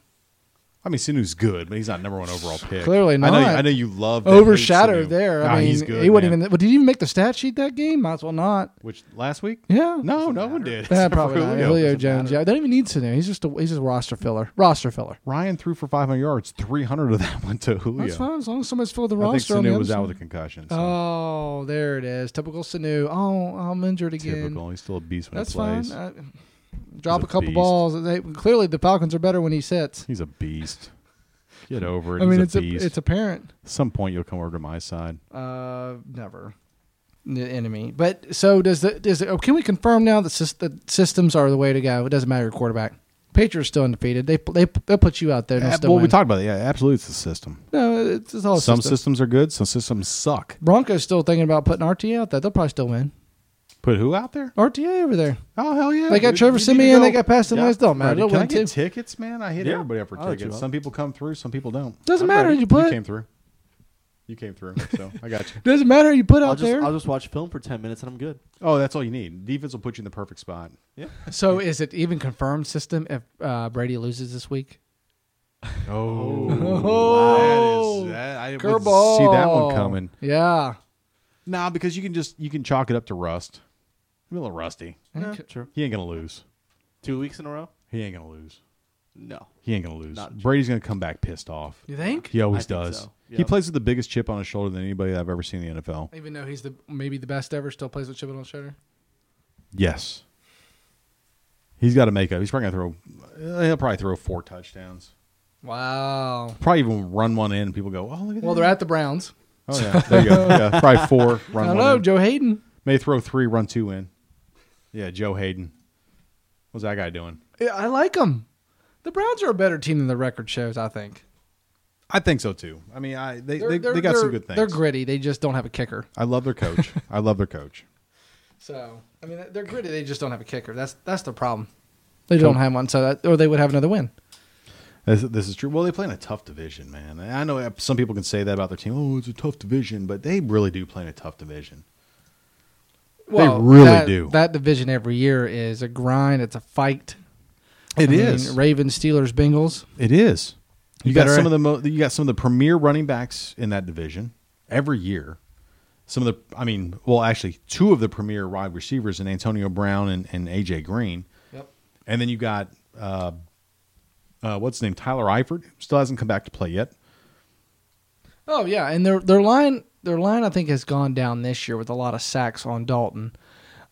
S3: I mean, Sinu's good, but he's not number one overall pick.
S1: Clearly
S3: I know,
S1: not.
S3: I know you love
S1: Overshadowed there. I mean,
S3: he's good.
S1: he wouldn't
S3: man.
S1: even. Well, did he even make the stat sheet that game? Might as well not.
S3: Which last week?
S1: Yeah.
S3: No, no one did.
S1: Yeah,
S3: Except for
S1: probably not. Julio
S2: Doesn't
S1: Jones.
S2: matter.
S1: Yeah, they don't even need Sanu. He's just a he's just a roster filler. Roster filler.
S3: Ryan threw for 500 yards, 300 of that went to Julio.
S1: That's fine as long as somebody's filled the
S3: I think
S1: roster. on the
S3: Sinu
S1: other
S3: was
S1: side.
S3: out with a concussion. So
S1: Oh, there it is. Typical Sanu. Oh, I'm injured again.
S3: typical. He's still a beast when
S1: That's
S3: he plays.
S1: fine. I, drop
S3: a
S1: a couple
S3: beast.
S1: balls. They, clearly, the Falcons are better when he sits.
S3: He's a beast. Get over it.
S1: I mean,
S3: he's
S1: it's
S3: a
S1: a,
S3: beast.
S1: it's apparent.
S3: Some point you'll come over to my side.
S1: Uh, never the enemy. But so does the does the, oh, can we confirm now that sys, the systems are the way to go? It doesn't matter your quarterback. Patriots still undefeated. They they they'll put you out there. And they'll
S3: Ab-
S1: still
S3: Uh, well, we
S1: win.
S3: talked about it. Yeah, absolutely, it's the system.
S1: No, it's, it's all a
S3: some
S1: system.
S3: systems are good. Some systems suck.
S1: Broncos still thinking about putting RTA out there. They'll probably still win.
S3: Put who out there?
S1: RTA over there.
S3: Oh hell yeah!
S1: They got
S3: dude.
S1: Trevor
S3: You need to
S1: Siemian, they
S3: go.
S1: got Paston Wentz. Don't matter.
S3: Brady,
S1: They'll
S3: Can I
S1: win,
S3: get
S1: too.
S3: tickets, man? I hit
S2: Yeah.
S3: everybody up for
S2: I'll let you
S3: tickets.
S2: up.
S3: Some people come through, some people don't.
S1: Doesn't
S2: I'm
S1: matter
S2: ready.
S1: who you
S3: You
S1: put.
S3: came through. You came through. So I got you.
S1: Doesn't matter who you put
S2: I'll
S1: out
S2: just
S1: there.
S2: I'll just watch film for ten minutes and I'm good.
S3: Oh, that's all you need. Defense will put you in the perfect spot.
S1: So is it even confirmed system if uh, Brady loses this week?
S3: Oh,
S1: Oh.
S3: that is, that, I didn't
S1: Curveball.
S3: see that one coming.
S1: Yeah.
S3: Nah, because you can just you can chalk it up to rust. I'm a little rusty.
S2: Yeah,
S1: Okay.
S2: sure.
S3: He ain't gonna lose.
S2: Two weeks in a row?
S3: He ain't gonna lose.
S2: No.
S3: He ain't gonna lose.
S2: Not-
S3: Brady's gonna come back pissed off.
S1: You think?
S3: He always
S2: I think
S3: does.
S2: so.
S3: He
S2: Yep.
S3: plays with the biggest chip on his shoulder than anybody I've ever seen in the NFL.
S1: Even though he's the maybe the best ever, still plays with Chip on his shoulder.
S3: Yes. He's got to make up. He's probably going to throw. uh, He'll probably throw four touchdowns.
S1: Wow.
S3: Probably even run one in. People go, oh look at
S1: Well,
S3: that.
S1: they're at the Browns.
S3: Oh yeah, there you go. Yeah, probably four. Run
S1: I don't
S3: one
S1: know.
S3: in.
S1: Joe Hayden.
S3: May throw three. Run two in. Yeah, Joe Hayden. What's that guy doing?
S1: Yeah, I like him. The Browns are a better team than the record shows. I think
S3: I think so too. I mean, I they
S1: They're-
S3: they,
S1: they're-
S3: they got some
S1: they're-
S3: good things.
S1: They're gritty. They just don't have a kicker.
S3: I love their coach. I love their coach.
S1: So I mean, they're gritty. They just don't have a kicker. That's that's the problem. They don't have one, so that, or they would have another win.
S3: This, this is true. Well, they play in a tough division, man. And I know uh, some people can say that about their team. Oh, it's a tough division, but they really do play in a tough division. really
S1: that-
S3: do.
S1: That division every year is a grind. It's a fight.
S3: It
S1: It is.
S3: is.
S1: Ravens, Steelers, Bengals.
S3: It is. You,
S1: You
S3: got
S1: better-
S3: some of the mo- you got some of the premier running backs in that division every year. Some of the, I mean, well, actually, two of the premier wide receivers in Antonio Brown and, and AJ Green,
S1: Yep.
S3: and then you got uh, uh, what's his name, Tyler Eifert, still hasn't come back to play yet.
S1: Oh yeah, and their their line their line I think has gone down this year with a lot of sacks on Dalton.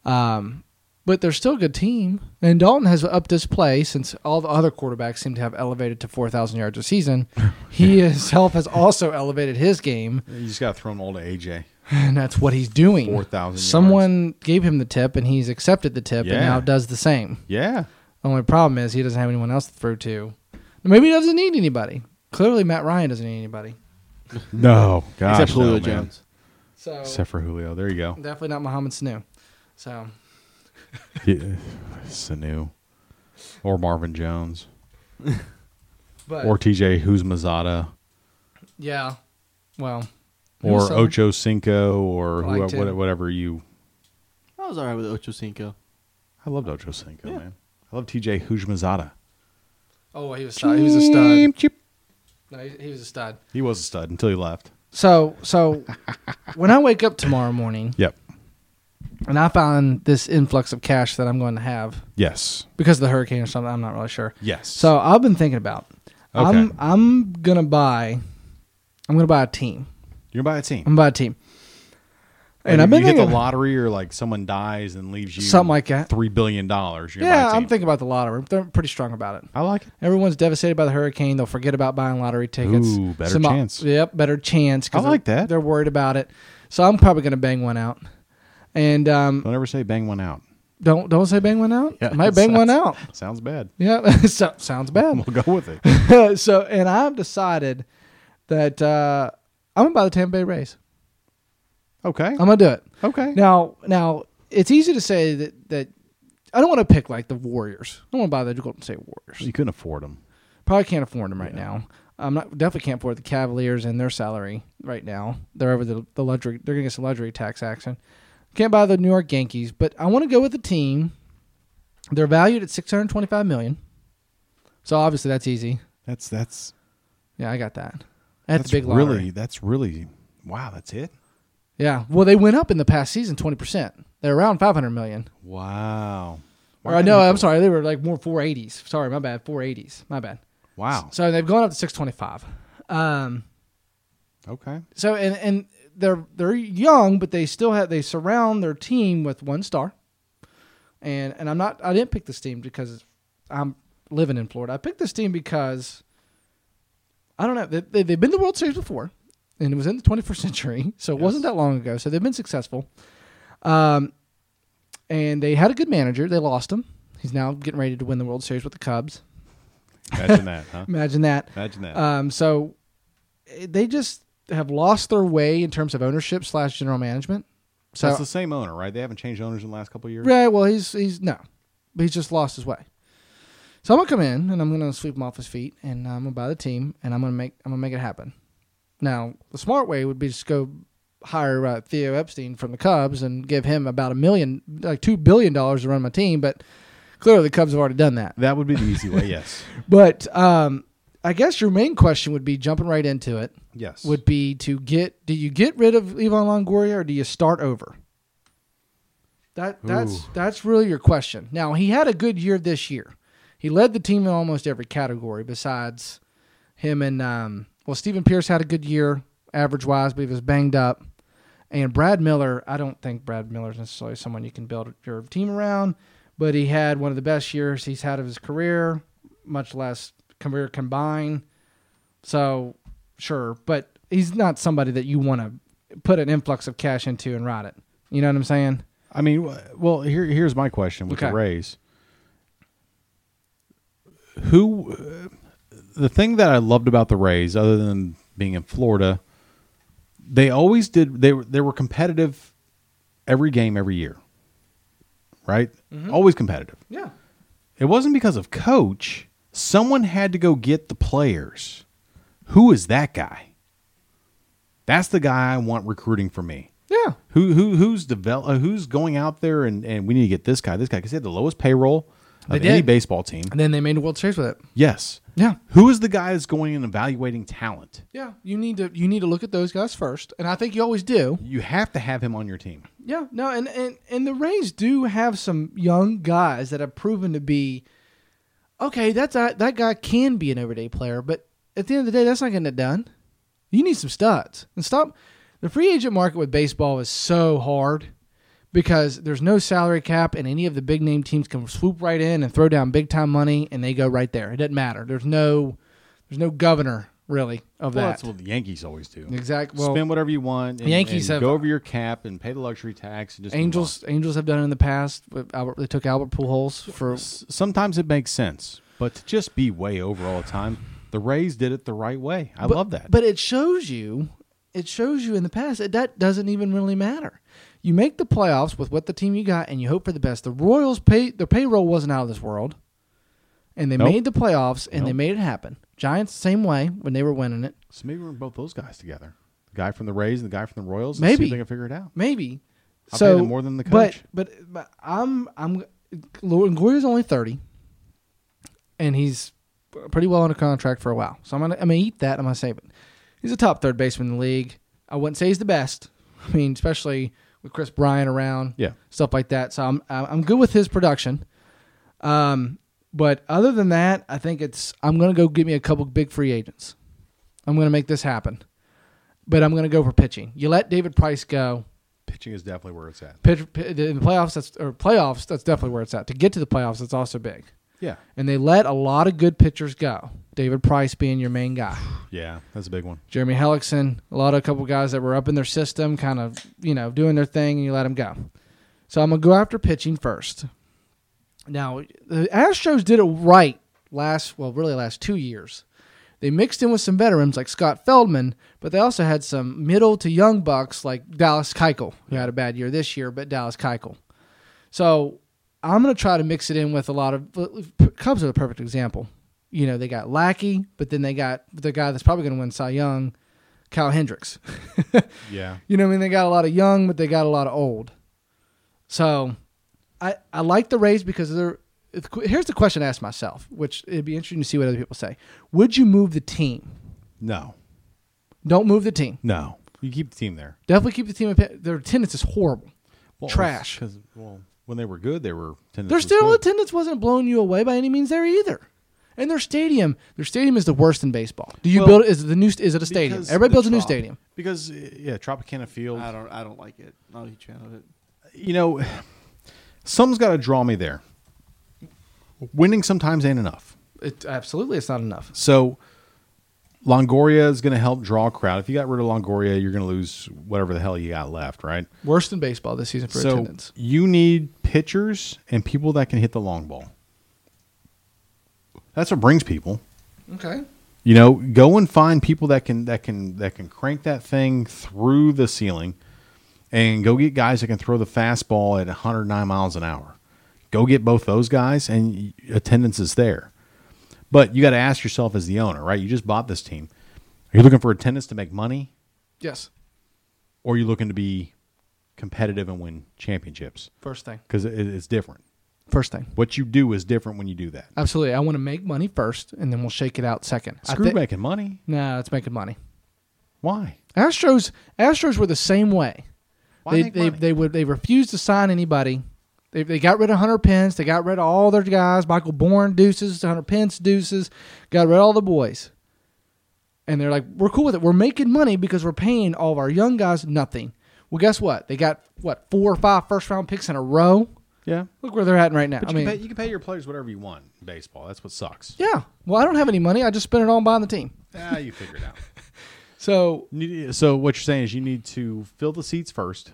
S1: Um, but they're still a good team, and Dalton has upped his play since all the other quarterbacks seem to have elevated to four thousand yards a season. He himself has also elevated his game,
S3: You just got to throw him all to AJ.
S1: and that's what he's doing.
S3: 4,000 yards.
S1: Someone gave him the tip, and he's accepted the tip, and
S3: Yeah.
S1: now does the same.
S3: Yeah,
S1: Only problem is he doesn't have anyone else to throw to. Maybe he doesn't need anybody. Clearly, Matt Ryan doesn't need anybody.
S3: no, gosh,
S2: Except Julio
S3: no, man.
S2: Jones.
S1: So
S3: Except for Julio, there you go.
S1: Definitely not Mohammed Sanu. So
S3: Yeah. Sanu, or Marvin Jones,
S1: But
S3: or TJ Who's Mazada.
S1: yeah, well,
S3: or
S1: Minnesota.
S3: Ocho Cinco or
S1: I liked
S3: whoever,
S1: him.
S3: whatever you.
S2: I was alright with Ocho Cinco.
S3: I loved Ocho Cinco,
S2: Yeah.
S3: man. I love TJ Hujmazada.
S1: Oh, he was a stud. he was a stud. No, he, he was a stud.
S3: He was a stud until he left.
S1: So so when I wake up tomorrow morning
S3: Yep.
S1: and I find this influx of cash that I'm going to have
S3: Yes.
S1: because of the hurricane or something, I'm not really sure.
S3: Yes.
S1: So I've been thinking about. I'm
S3: Okay.
S1: I'm gonna buy. I'm gonna buy a team.
S3: you're gonna buy a team,
S1: I'm gonna buy a team.
S3: Like,
S1: um, And
S3: you,
S1: I've been
S3: you get
S1: thinking
S3: the lottery, or like someone dies and leaves you
S1: Something like that.
S3: Three billion dollars. You're gonna buy
S1: Yeah,
S3: a
S1: I'm
S3: team.
S1: thinking about the lottery. I'm pretty strong about it.
S3: I like it.
S1: Everyone's devastated by the hurricane. They'll forget about buying lottery tickets. uh,
S3: Ooh, better chance.
S1: Yep, better chance. 'cause
S3: I like
S1: they're-
S3: that.
S1: They're worried about it, so I'm probably going to bang one out. And um,
S3: Don't ever say bang one out.
S1: don't don't say bang one out.
S3: Yeah,
S1: might bang one out.
S3: Sounds bad.
S1: Yeah, so, sounds bad.
S3: We'll go with it.
S1: so, and I've decided that uh, I'm going to buy the Tampa Bay Rays.
S3: Okay.
S1: I'm going to do it.
S3: okay.
S1: Now, now it's easy to say that that I don't want to pick like the Warriors. I don't want to buy the Golden State Warriors.
S3: you couldn't afford them.
S1: Probably can't afford them right now. I'm not definitely can't afford the Cavaliers and their salary right now. They're over the, the luxury. They're gonna get some luxury tax action. Can't buy the New York Yankees, but I want to go with a team. They're valued at 625 million. So obviously that's easy.
S3: That's that's
S1: Yeah, I got that. That's,
S3: that's
S1: the big
S3: really
S1: lottery.
S3: that's really wow. That's it.
S1: Yeah. Well, they went up in the past season 20. percent They're around 500 million.
S3: Wow.
S1: Or I know. Uh, I'm sorry. They were like more 480s. Sorry, my bad. 480s. My bad.
S3: Wow.
S1: So they've gone up to 625. Um.
S3: Okay.
S1: So and and they're they're young, but they still have they surround their team with one star. And and I'm not I didn't pick this team because I'm living in Florida. I picked this team because I don't know they, they they've been to the World Series before, and it was in the 21st century, so it wasn't that long ago. So they've been successful. Um, and they had a good manager. They lost him. He's now getting ready to win the World Series with the Cubs.
S3: Imagine that, huh?
S1: Imagine that.
S3: Imagine that.
S1: Um, so eh, they just have lost their way in terms of ownership slash general management.
S3: so
S1: So
S3: it's the same owner, right? They haven't changed owners in the last couple of years.
S1: yeah, well he's he's no, but he's just lost his way. So I'm gonna come in and I'm gonna sweep him off his feet and uh, I'm gonna buy the team and I'm gonna make I'm gonna make it happen. Now the smart way would be just go hire uh, Theo Epstein from the Cubs and give him about a million like two billion dollars to run my team, but clearly the Cubs have already done that.
S3: That would be the easy way. Yes.
S1: But um, I guess your main question would be jumping right into it
S3: Yes.
S1: would be to get do you get rid of Ivan Longoria or do you start over? That that's
S3: Ooh.
S1: that's really your question. Now he had a good year this year. He led the team in almost every category besides him and um, well Stephen Pierce had a good year average wise, but he was banged up. And Brad Miller, I don't think Brad Miller's necessarily someone you can build your team around, but he had one of the best years he's had of his career, much less career combined. So sure, but he's not somebody that you want to put an influx of cash into and ride it. You know what I'm saying?
S3: I mean, wh- well, here here's my question with
S1: Okay.
S3: the Rays. Who, uh, the thing that I loved about the Rays, other than being in Florida, they always did. They were they were competitive every game every year, right? Always competitive.
S1: Yeah.
S3: It wasn't because of coach. Someone had to go get the players. Who is that guy? That's the guy I want recruiting for me.
S1: Yeah.
S3: Who who who's develop uh, who's going out there and, and we need to get this guy, this guy because they had the lowest payroll of
S1: They
S3: any
S1: did.
S3: baseball team.
S1: And then they made a World Series with it.
S3: Yes.
S1: Yeah.
S3: Who is the guy that's going and evaluating talent?
S1: Yeah. You need to you need to look at those guys first, and I think you always do.
S3: You have to have him on your team.
S1: Yeah. No. And and and the Rays do have some young guys that have proven to be okay. That's a, that guy can be an everyday player, but at the end of the day, that's not getting it done. You need some studs and stop. The free agent market with baseball is so hard because there's no salary cap, and any of the big name teams can swoop right in and throw down big time money, and they go right there. It doesn't matter. There's no there's no governor really of
S3: Well,
S1: that.
S3: that's what the Yankees always do.
S1: Exactly. Well,
S3: Spend whatever you want. And,
S1: Yankees
S3: and
S1: have-
S3: go over your cap and pay the luxury tax. And just move
S1: Angels Angels have done it in the past. With Albert, they took Albert Pujols for
S3: on. S- Sometimes it makes sense, but to just be way over all the time, the Rays did it the right way. I
S1: but,
S3: love that.
S1: But it shows you, it shows you in the past that that doesn't even really matter. You make the playoffs with what the team you got, and you hope for the best. The Royals pay their payroll wasn't out of this world, and they
S3: Nope.
S1: made the playoffs and they
S3: Nope.
S1: made it happen. Giants same way when they were winning it,
S3: so maybe we're both those guys together. The guy from the Rays and the guy from the Royals. and see
S1: Maybe.
S3: if they can figure it out.
S1: maybe.
S3: I'll
S1: so
S3: pay them more than the coach.
S1: But but, but I'm I'm Gloria's only thirty, and he's pretty well under contract for a while. So I'm gonna I'm gonna eat that. I'm gonna save it. He's a top third baseman in the league. I wouldn't say he's the best. I mean, especially with Chris Bryant around,
S3: Yeah.
S1: stuff like that. So I'm I'm good with his production. Um, but other than that, I think it's I'm gonna go get me a couple big free agents. I'm gonna make this happen. But I'm gonna go for pitching. You let David Price go
S3: Pitching is definitely where it's at.
S1: pitch, pi- in the playoffs that's or playoffs that's definitely where it's at to get to the playoffs that's also big
S3: Yeah.
S1: and they let a lot of good pitchers go david price being your main guy
S3: Yeah, that's a big one.
S1: jeremy hellickson a lot of a couple guys that were up in their system kind of you know doing their thing and you let them go so i'm going to go after pitching first now the astros did it right last well really last two years they mixed in with some veterans like Scott Feldman, but they also had some middle to young bucks like Dallas Keuchel, who had a bad year this year, but Dallas Keuchel. So I'm going to try to mix it in with a lot of Cubs are the perfect example. You know, they got Lackey, but then they got the guy that's probably going to win Cy Young, Kyle Hendricks.
S3: Yeah.
S1: You know what I mean? They got a lot of young, but they got a lot of old. So I I like the Rays because they're here's the question I asked myself, which it'd be interesting to see what other people say. Would you move the team?
S3: No.
S1: Don't move the team.
S3: No. You keep the team there.
S1: Definitely keep the team. in pa- Their attendance is horrible. Trash.
S3: Because well, when they were good, they were. attendance
S1: Their
S3: was
S1: still
S3: good.
S1: attendance wasn't blowing you away by any means there either. And their stadium, their stadium is the worst in baseball. Do you
S3: Well,
S1: build is it the new st- is it a stadium?
S2: because
S1: Everybody
S2: the
S1: builds a new
S2: trop-
S1: stadium.
S3: because uh, yeah, Tropicana Field.
S2: I don't. I don't like it. Not a huge fan of it.
S3: You know, something's got to draw me there. Winning sometimes ain't enough.
S1: It, absolutely, it's not enough.
S3: So Longoria is going to help draw a crowd. If you got rid of Longoria, you're going to lose whatever the hell you got left, right?
S1: Worst in baseball this season for
S3: so
S1: attendance.
S3: you need pitchers and people that can hit the long ball. That's what brings people.
S1: Okay.
S3: You know, go and find people that can that can that can crank that thing through the ceiling, and go get guys that can throw the fastball at 109 miles an hour. Go get both those guys, and y- attendance is there. But you got to ask yourself as the owner, right? You just bought this team. Are you looking for attendance to make money,
S1: Yes.
S3: or are you looking to be competitive and win championships?
S1: First thing.
S3: Because it, it's different.
S1: First thing.
S3: What you do is different when you do that.
S1: Absolutely. I want to make money first, and then we'll shake it out second. I
S3: Screw
S1: thi-
S3: making money.
S1: No, it's making money.
S3: Why?
S1: Astros. Astros were the same way.
S3: Why
S1: They
S3: make
S1: they,
S3: money?
S1: they would they refused to sign anybody. They, they got rid of Hunter Pence. They got rid of all their guys. Michael Bourne deuces. Hunter Pence deuces. Got rid of all the boys. And they're like, we're cool with it. We're making money because we're paying all of our young guys nothing. Well, guess what? They got what four or five first round picks in a row.
S3: Yeah.
S1: Look where they're at right now.
S3: But
S1: I
S3: you,
S1: mean,
S3: can pay, you can pay your players whatever you want in baseball. That's what sucks.
S1: yeah. Well, I don't have any money. I just spent it all on buying the team.
S3: Ah, you figure it out.
S1: So
S3: Need- So what you're saying is you need to fill the seats first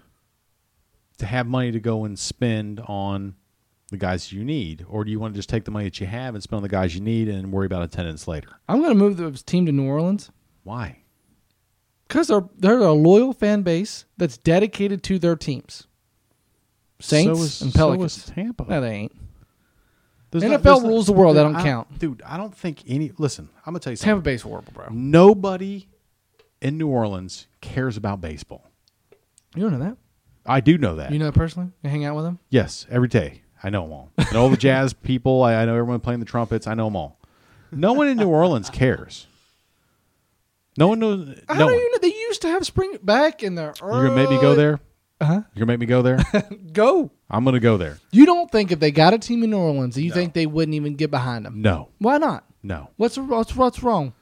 S3: to have money to go and spend on the guys you need, or do you want to just take the money that you have and spend on the guys you need and worry about attendance later?
S1: I'm going to move the team to New Orleans
S3: Why?
S1: because they're they're a loyal fan base that's dedicated to their teams. Saints
S3: So is-
S1: and
S3: so
S1: Pelicans.
S3: is Tampa.
S1: No, they ain't.
S3: There's
S1: NFL
S3: there's
S1: rules the world.
S3: dude,
S1: That don't
S3: I
S1: count.
S3: dude. I don't think any. Listen, I'm gonna tell you
S1: Tampa
S3: something.
S1: Bay's horrible, bro.
S3: Nobody in New Orleans cares about baseball.
S1: You don't know that?
S3: I do know that.
S1: You know that personally? You hang out with them?
S3: Yes, every day. I know them all. And all the jazz people. I, I know everyone playing the trumpets. I know them all. No one in New Orleans cares. No one knows.
S1: How
S3: no
S1: do
S3: one.
S1: you know? They used to have spring back in the early.
S3: You're gonna make me go there.
S1: Uh-huh.
S3: You're gonna make me go there.
S1: Go.
S3: I'm gonna go there.
S1: You don't think if they got a team in New Orleans, you think they wouldn't even get behind them?
S3: No,
S1: Why not?
S3: no.
S1: What's what's what's wrong?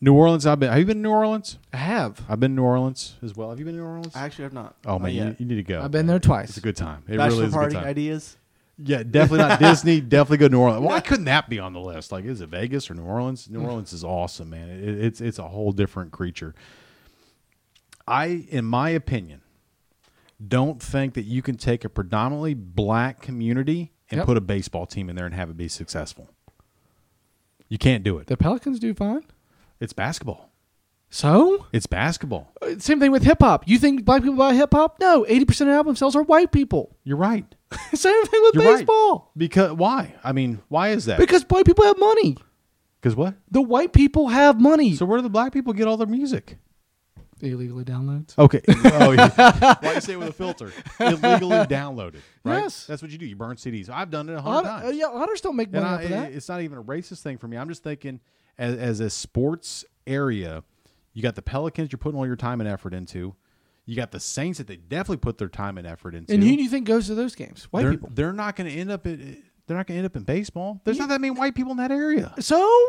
S3: New Orleans. I've been. Have you been to New Orleans?
S1: I have.
S3: I've been to New Orleans as well. Have you been to New Orleans?
S2: I actually have not.
S3: oh man,
S2: Not
S3: you,
S2: yet.
S3: you need to go.
S1: I've been there twice.
S3: It's a good time. It
S2: Bachelor
S3: really is a good
S2: party
S3: time.
S2: ideas.
S3: Yeah, definitely not Disney. Definitely go to New Orleans. Why couldn't that be on the list? Like, is it Vegas or New Orleans? New Orleans is awesome, man. It, it's it's a whole different creature. I, in my opinion, don't think that you can take a predominantly black community and
S1: Yep.
S3: put a baseball team in there and have it be successful. You can't do it.
S1: The Pelicans do fine.
S3: It's basketball.
S1: So
S3: It's basketball.
S1: Uh, same thing with hip hop. You think black people buy hip hop? No, eighty percent of album sales are white people.
S3: You're right.
S1: same thing with
S3: You're right.
S1: baseball
S3: Because why? I mean, why is that?
S1: because white people have money.
S3: Because what?
S1: The white people have money.
S3: So where do the black people get all their music?
S1: illegally downloads.
S3: Okay. Oh, yeah. Why you say it with a filter? Illegally downloaded. Right?
S1: Yes.
S3: That's what you do. You burn CDs. I've done it a
S1: A
S3: hundred
S1: lot
S3: times.
S1: of- uh, yeah, otters don't make
S3: and
S1: money
S3: I,
S1: off of that.
S3: it's not even a racist thing for me. I'm just thinking, as, as a sports area, you got the Pelicans you're putting all your time and effort into. You got the Saints that they definitely put their time and effort into.
S1: and who do you think goes to those games? White
S3: they're,
S1: people.
S3: they're not going to end up. In, they're not going to end up in baseball. There's not that many white people in that area.
S1: So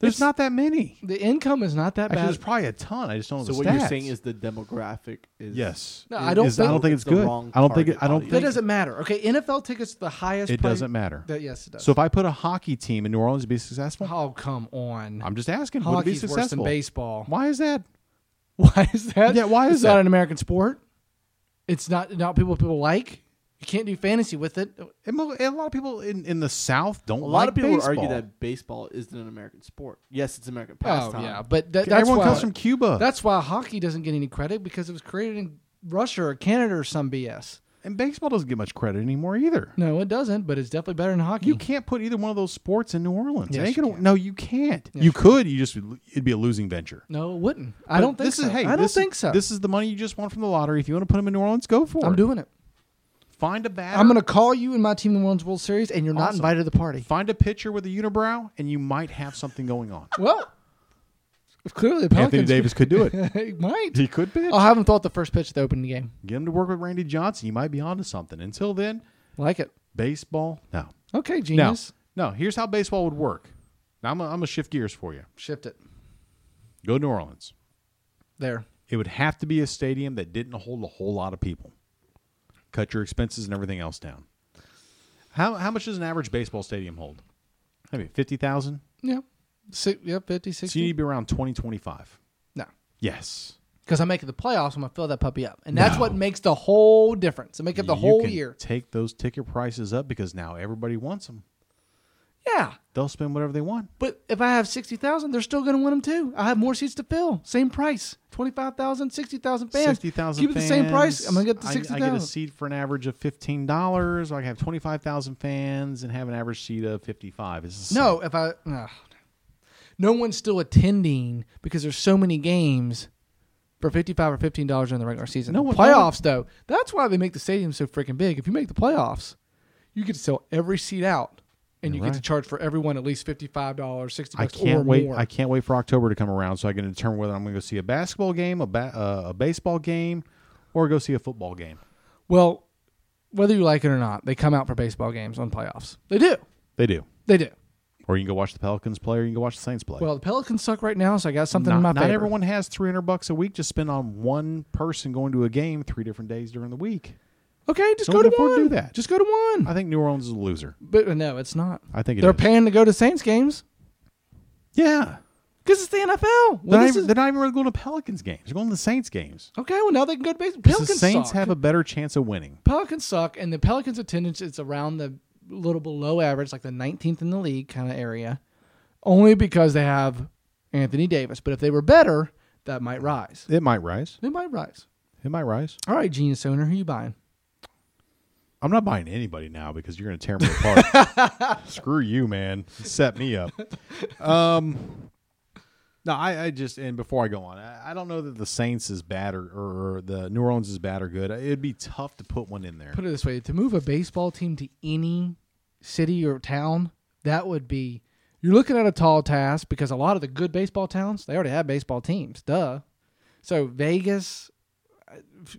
S3: There's not that many.
S1: the income is not that
S3: Actually, there's
S1: bad.
S3: probably a ton. I just don't know
S2: So
S3: Oh, the
S2: what
S3: stats.
S2: you're saying is the demographic is
S3: yes.
S1: No, I don't
S3: Is- I
S1: think-
S3: don't think it's
S2: It's the
S3: good.
S2: wrong
S3: I don't think. It,
S2: target
S3: I don't
S2: audience.
S1: that
S3: think
S1: doesn't matter. Okay, NFL tickets the highest.
S3: It
S1: price-
S3: doesn't matter.
S1: That, yes, it does.
S3: So if I put a hockey team in New Orleans to be successful,
S1: oh come on,
S3: I'm just asking, would it be
S1: hockey's worse than
S3: successful?
S1: baseball.
S3: Why is that?
S1: Why is that?
S3: Yeah, why is
S1: it's not
S3: that?
S1: an American sport? It's not not people people like. You can't do fantasy with it.
S3: And mo- and a lot of people in, in the South don't.
S2: A lot of people would argue that baseball isn't an American sport. Yes, it's an American
S1: Oh
S2: pastime.
S1: yeah, but that, that's
S3: everyone
S1: why
S3: comes from Cuba.
S1: that's why hockey doesn't get any credit because it was created in Russia or Canada or some BS.
S3: and baseball doesn't get much credit anymore either.
S1: No, it doesn't. But it's definitely better than hockey.
S3: You can't put either one of those sports in New Orleans. It
S1: Yes,
S3: ain't
S1: you
S3: gonna-
S1: can.
S3: No, you can't.
S1: Yes,
S3: you
S1: you
S3: could. You just would- it'd be a losing venture.
S1: no, it wouldn't. I don't
S3: But
S1: think
S3: this
S1: so.
S3: Is, hey,
S1: I don't
S3: this is-
S1: think so.
S3: This is the money you just won from the lottery. If you want to put them in New Orleans, go for
S1: I'm
S3: it.
S1: doing it.
S3: Find a batter.
S1: I'm going to call you and my team in One's World Series, and you're not
S3: Awesome.
S1: invited to the party.
S3: find a pitcher with a unibrow, and you might have something going on.
S1: Well, clearly the
S3: Anthony
S1: Pelicans
S3: Davis could do it.
S1: He might.
S3: He could pitch.
S1: I'll have him throw out the first pitch at the opening game.
S3: Get him to work with Randy Johnson. You might be onto something. Until then,
S1: Like it.
S3: baseball. No.
S1: Okay,
S3: No.
S1: genius.
S3: No. Here's how baseball would work. Now I'm going to shift gears for you.
S1: Shift it
S3: Go to New Orleans.
S1: there.
S3: It would have to be a stadium that didn't hold a whole lot of people. Cut your expenses and everything else down. How, how much does an average baseball stadium hold? I mean, 50,000?
S1: Yeah. Si yeah, 50,
S3: So
S1: 60.
S3: you need to be around 20, 25.
S1: no.
S3: Yes.
S1: Because I'm making the playoffs, I'm going to fill that puppy up. And that's
S3: No.
S1: what makes the whole difference. I make up the
S3: You
S1: whole
S3: can
S1: year.
S3: Take those ticket prices up because now everybody wants them.
S1: Yeah, Yeah,
S3: They'll spend whatever they want.
S1: but if I have sixty thousand, they're still going to win them too. I have more seats to fill, same price, 25,000, 60,000 fans.
S3: Sixty thousand.
S1: Keep it the same price. I'm going to get the sixty
S3: I, get a
S1: thousand.
S3: seat for an average of fifteen dollars. I can have twenty five thousand fans and have an average seat of fifty five. Is
S1: No, if I no. no one's still attending because there's so many games for fifty five or fifteen dollars during the regular season.
S3: No
S1: No
S3: one- no one-
S1: playoffs though, that's why they make the stadium so freaking big. If you make the playoffs, you get to sell every seat out, and you
S3: You're
S1: get to
S3: right.
S1: charge for everyone at least fifty five dollars, sixty
S3: I
S1: bucks,
S3: can't
S1: or
S3: wait.
S1: more.
S3: I can't wait for October to come around so I can determine whether I'm going to go see a basketball game, a ba- uh, a baseball game, or go see a football game.
S1: Well, whether you like it or not, they come out for baseball games on playoffs. They do.
S3: They do.
S1: They do.
S3: Or you can go watch the Pelicans play, or you can go watch the Saints play.
S1: Well, the Pelicans suck right now, so I got something
S3: not,
S1: in my
S3: not
S1: favor.
S3: everyone has 300 bucks a week to spend on one person going to a game three different days during the week.
S1: okay, just
S3: So
S1: go to
S3: if we
S1: one.
S3: do that-
S1: Just go to one.
S3: I think New Orleans is a loser.
S1: but no, it's not.
S3: I think it
S1: They're
S3: is.
S1: paying to go to Saints games
S3: yeah.
S1: because it's the NFL.
S3: They're
S1: Well,
S3: not,
S1: this
S3: even,
S1: is-
S3: they're not even really going to Pelicans games. They're going to the Saints games.
S1: okay, well now they can go to baseball.
S3: 'Cause
S1: Pelicans
S3: the Saints
S1: suck.
S3: have a better chance of winning.
S1: Pelicans suck, and the Pelicans attendance is around the little below average, like the 19th in the league kind of area, only because they have Anthony Davis. But if they were better, that might rise.
S3: It might rise.
S1: They might rise.
S3: It might rise.
S1: All right, genius owner, who you buying?
S3: I'm not buying anybody now because you're going to tear me apart. Screw you, man. Set me up. Um, no, I, I just and before I go on, I, I don't know that the Saints is bad or, or, or the New Orleans is bad or good. It'd be tough to put one in there.
S1: Put it this way: to move a baseball team to any city or town, that would be you're looking at a tall task because a lot of the good baseball towns they already have baseball teams. Duh. So Vegas, uh,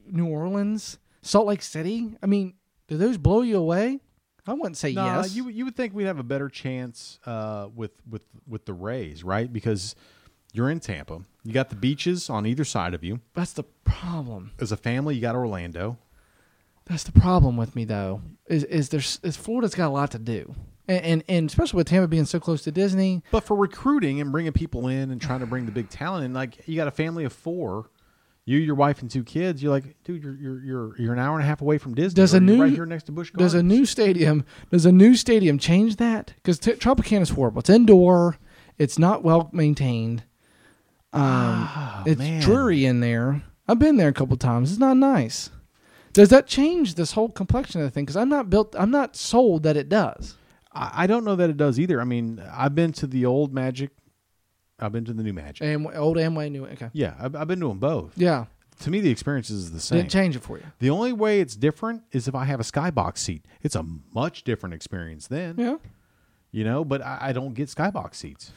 S1: New Orleans, Salt Lake City. I mean, do those blow you away? I wouldn't say
S3: Nah,
S1: yes.
S3: you you would think we'd have a better chance uh, with with with the Rays, right? Because you're in Tampa. You got the beaches on either side of you.
S1: That's the problem.
S3: As a family, you got Orlando.
S1: That's the problem with me though. Is is there's is Florida's got a lot to do, and and, and especially with Tampa being so close to Disney.
S3: But for recruiting and bringing people in and trying to bring the big talent in, like you got a family of four, you, your wife, and two kids. You're like, dude, you're you're you're, you're an hour and a half away from Disney.
S1: Does
S3: or
S1: a
S3: you're
S1: new-
S3: right here next to Bush Gardens.
S1: Does a new stadium? Does a new stadium change that? Because t- Tropicana is horrible. It's indoor. It's not well maintained. Um, it's
S3: Ah, man.
S1: dreary in there. I've been there a couple times. It's not nice. Does that change this whole complexion of the thing? Because I'm not built. I'm not sold that it does.
S3: I, I don't know that it does either. I mean, I've been to the old Magic, I've been to the new Magic.
S1: And old Amway knew it. Okay.
S3: yeah, I've, I've been to them both.
S1: Yeah.
S3: To me, the experience is the same.
S1: Didn't change it for you.
S3: The only way it's different is if I have a skybox seat. It's a much different experience then,
S1: Yeah.
S3: you know. But I, I don't get skybox seats,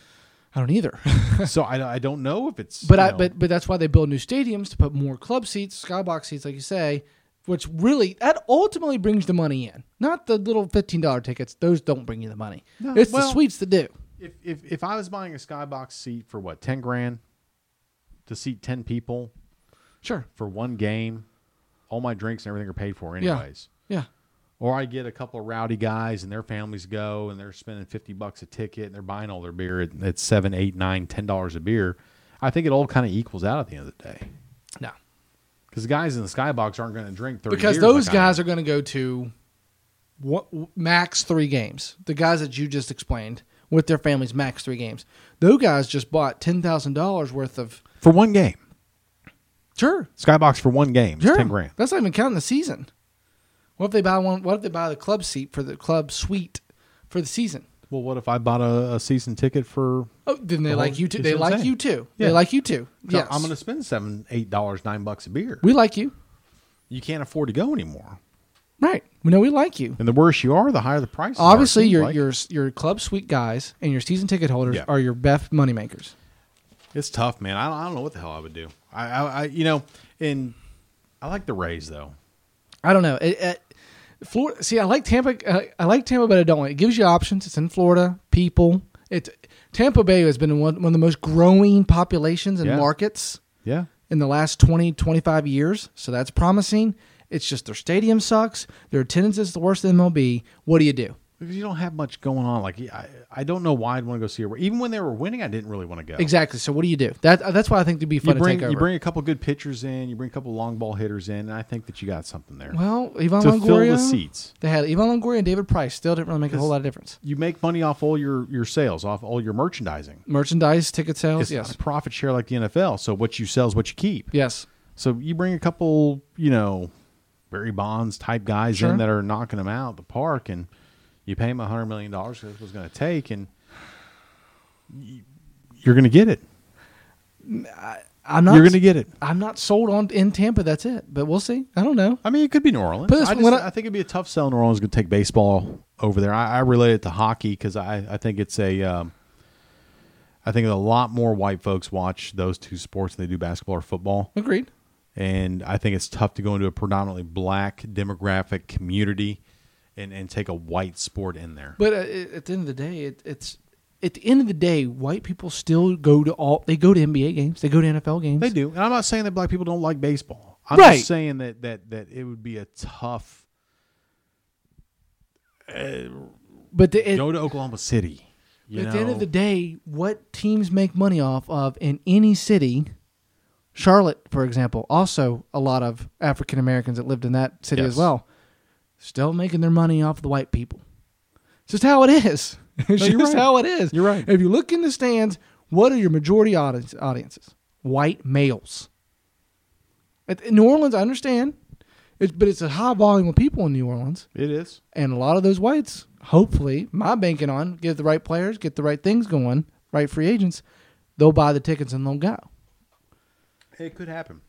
S1: I don't either.
S3: so I, I don't know if it's.
S1: But
S3: you
S1: I
S3: know-
S1: but but that's why they build new stadiums to put more club seats, skybox seats, like you say, which really that ultimately brings the money in. Not the little fifteen dollar tickets; those don't bring you the money.
S3: No,
S1: it's
S3: well-
S1: the suites that do.
S3: if if if I was buying a skybox seat for what ten grand to seat ten people
S1: Sure,
S3: for one game, all my drinks and everything are paid for anyways.
S1: yeah,
S3: Or I get a couple of rowdy guys and their families go and they're spending fifty bucks a ticket and they're buying all their beer at, at seven, eight, nine, ten dollars a beer. I think it all kind of equals out at the end of the day
S1: no,
S3: because the guys in the skybox aren't going to drink thirty
S1: because
S3: beers
S1: those
S3: like I
S1: guys
S3: am.
S1: are going to go to what max three games. The guys that you just explained with their families, max three games. Those guys just bought ten thousand dollars worth of
S3: for one game.
S1: sure
S3: Skybox for one game, is
S1: Sure.
S3: ten grand.
S1: That's not even counting the season. What if they buy one? What if they buy the club seat for the club suite for the season?
S3: Well, what if I bought a, a season ticket for?
S1: Oh, then they
S3: Well,
S1: like you too.
S3: that's
S1: They
S3: what I'm
S1: like
S3: saying.
S1: you too.
S3: Yeah.
S1: They like you too.
S3: so
S1: Yes,
S3: I'm going to spend seven, eight dollars, nine bucks a beer.
S1: We like you,
S3: you can't afford to go anymore.
S1: right? We know we like you.
S3: And the worse you are, the higher the price.
S1: Obviously, your your your club suite guys and your season ticket holders
S3: Yeah.
S1: are your best moneymakers.
S3: It's tough, man. I don't, I don't know what the hell I would do. I, I, I you know, and I like the Rays though.
S1: I don't know. It, it, Florida. See, I like Tampa. I, I like Tampa, but I don't. like- It gives you options. It's in Florida. People. It's Tampa Bay has been one, one of the most growing populations and
S3: Yeah.
S1: markets.
S3: Yeah,
S1: in the last 20, 25 years. So that's promising. It's just their stadium sucks. Their attendance is the worst in MLB. What do you do?
S3: because you don't have much going on. Like I, I don't know why I'd want to go see her. Even when they were winning, I didn't really want to go.
S1: Exactly. So what do you do? That uh, that's why I think it'd be
S3: You
S1: fun
S3: bring
S1: to take over.
S3: you bring a couple good pitchers in. You bring a couple long ball hitters in, and I think that you got something there
S1: well, Ivan
S3: to
S1: Longoria.
S3: fill the seats.
S1: They had Ivan Longoria and David Price. Still didn't really make a whole lot of difference.
S3: You make money off all your your sales, off all your merchandising.
S1: Merchandise, ticket sales,
S3: It's
S1: yes,
S3: not a profit share like the NFL. So what you sell is what you keep.
S1: yes.
S3: So you bring a couple, you know, Barry Bonds type guys
S1: Sure.
S3: in that are knocking them out of the park, and you pay them a hundred million dollars because it was going to take, and you, you're going to get it.
S1: I'm not.
S3: you're going to get it.
S1: I'm not sold on in Tampa. That's it. But we'll see. I don't know.
S3: I mean, it could be New Orleans.
S1: But this-
S3: I, just-
S1: when I-
S3: I think it'd be a tough sell. New Orleans to take baseball over there. I, I relate it to hockey because I, I think it's a, um, I think a lot more white folks watch those two sports than they do basketball or football.
S1: Agreed.
S3: and I think it's tough to go into a predominantly black demographic community and, and take a white sport in there.
S1: But uh, it- at the end of the day, it, it's at the end of the day, white people still go to all. They go to NBA games. They go to NFL games.
S3: they do, and I'm not saying that black people don't like baseball. I'm
S1: Right.
S3: just saying that that that it would be a tough
S1: But the, it,
S3: go to Oklahoma City. You
S1: at the end
S3: know?
S1: of the day, what teams make money off of in any city? Charlotte, for example, also a lot of African Americans that lived in that city as
S3: Yes.
S1: well, still making their money off the white people. It's just how it is. It's
S3: No, you're
S1: just
S3: right.
S1: how it is.
S3: You're right.
S1: If you look in the stands, what are your majority audience, audiences? White males. At, in New Orleans, I understand, it's, but it's a high volume of people in New Orleans.
S3: it is.
S1: And a lot of those whites, hopefully, my banking on, get the right players, get the right things going, right free agents, they'll buy the tickets and they'll go.
S3: It could happen.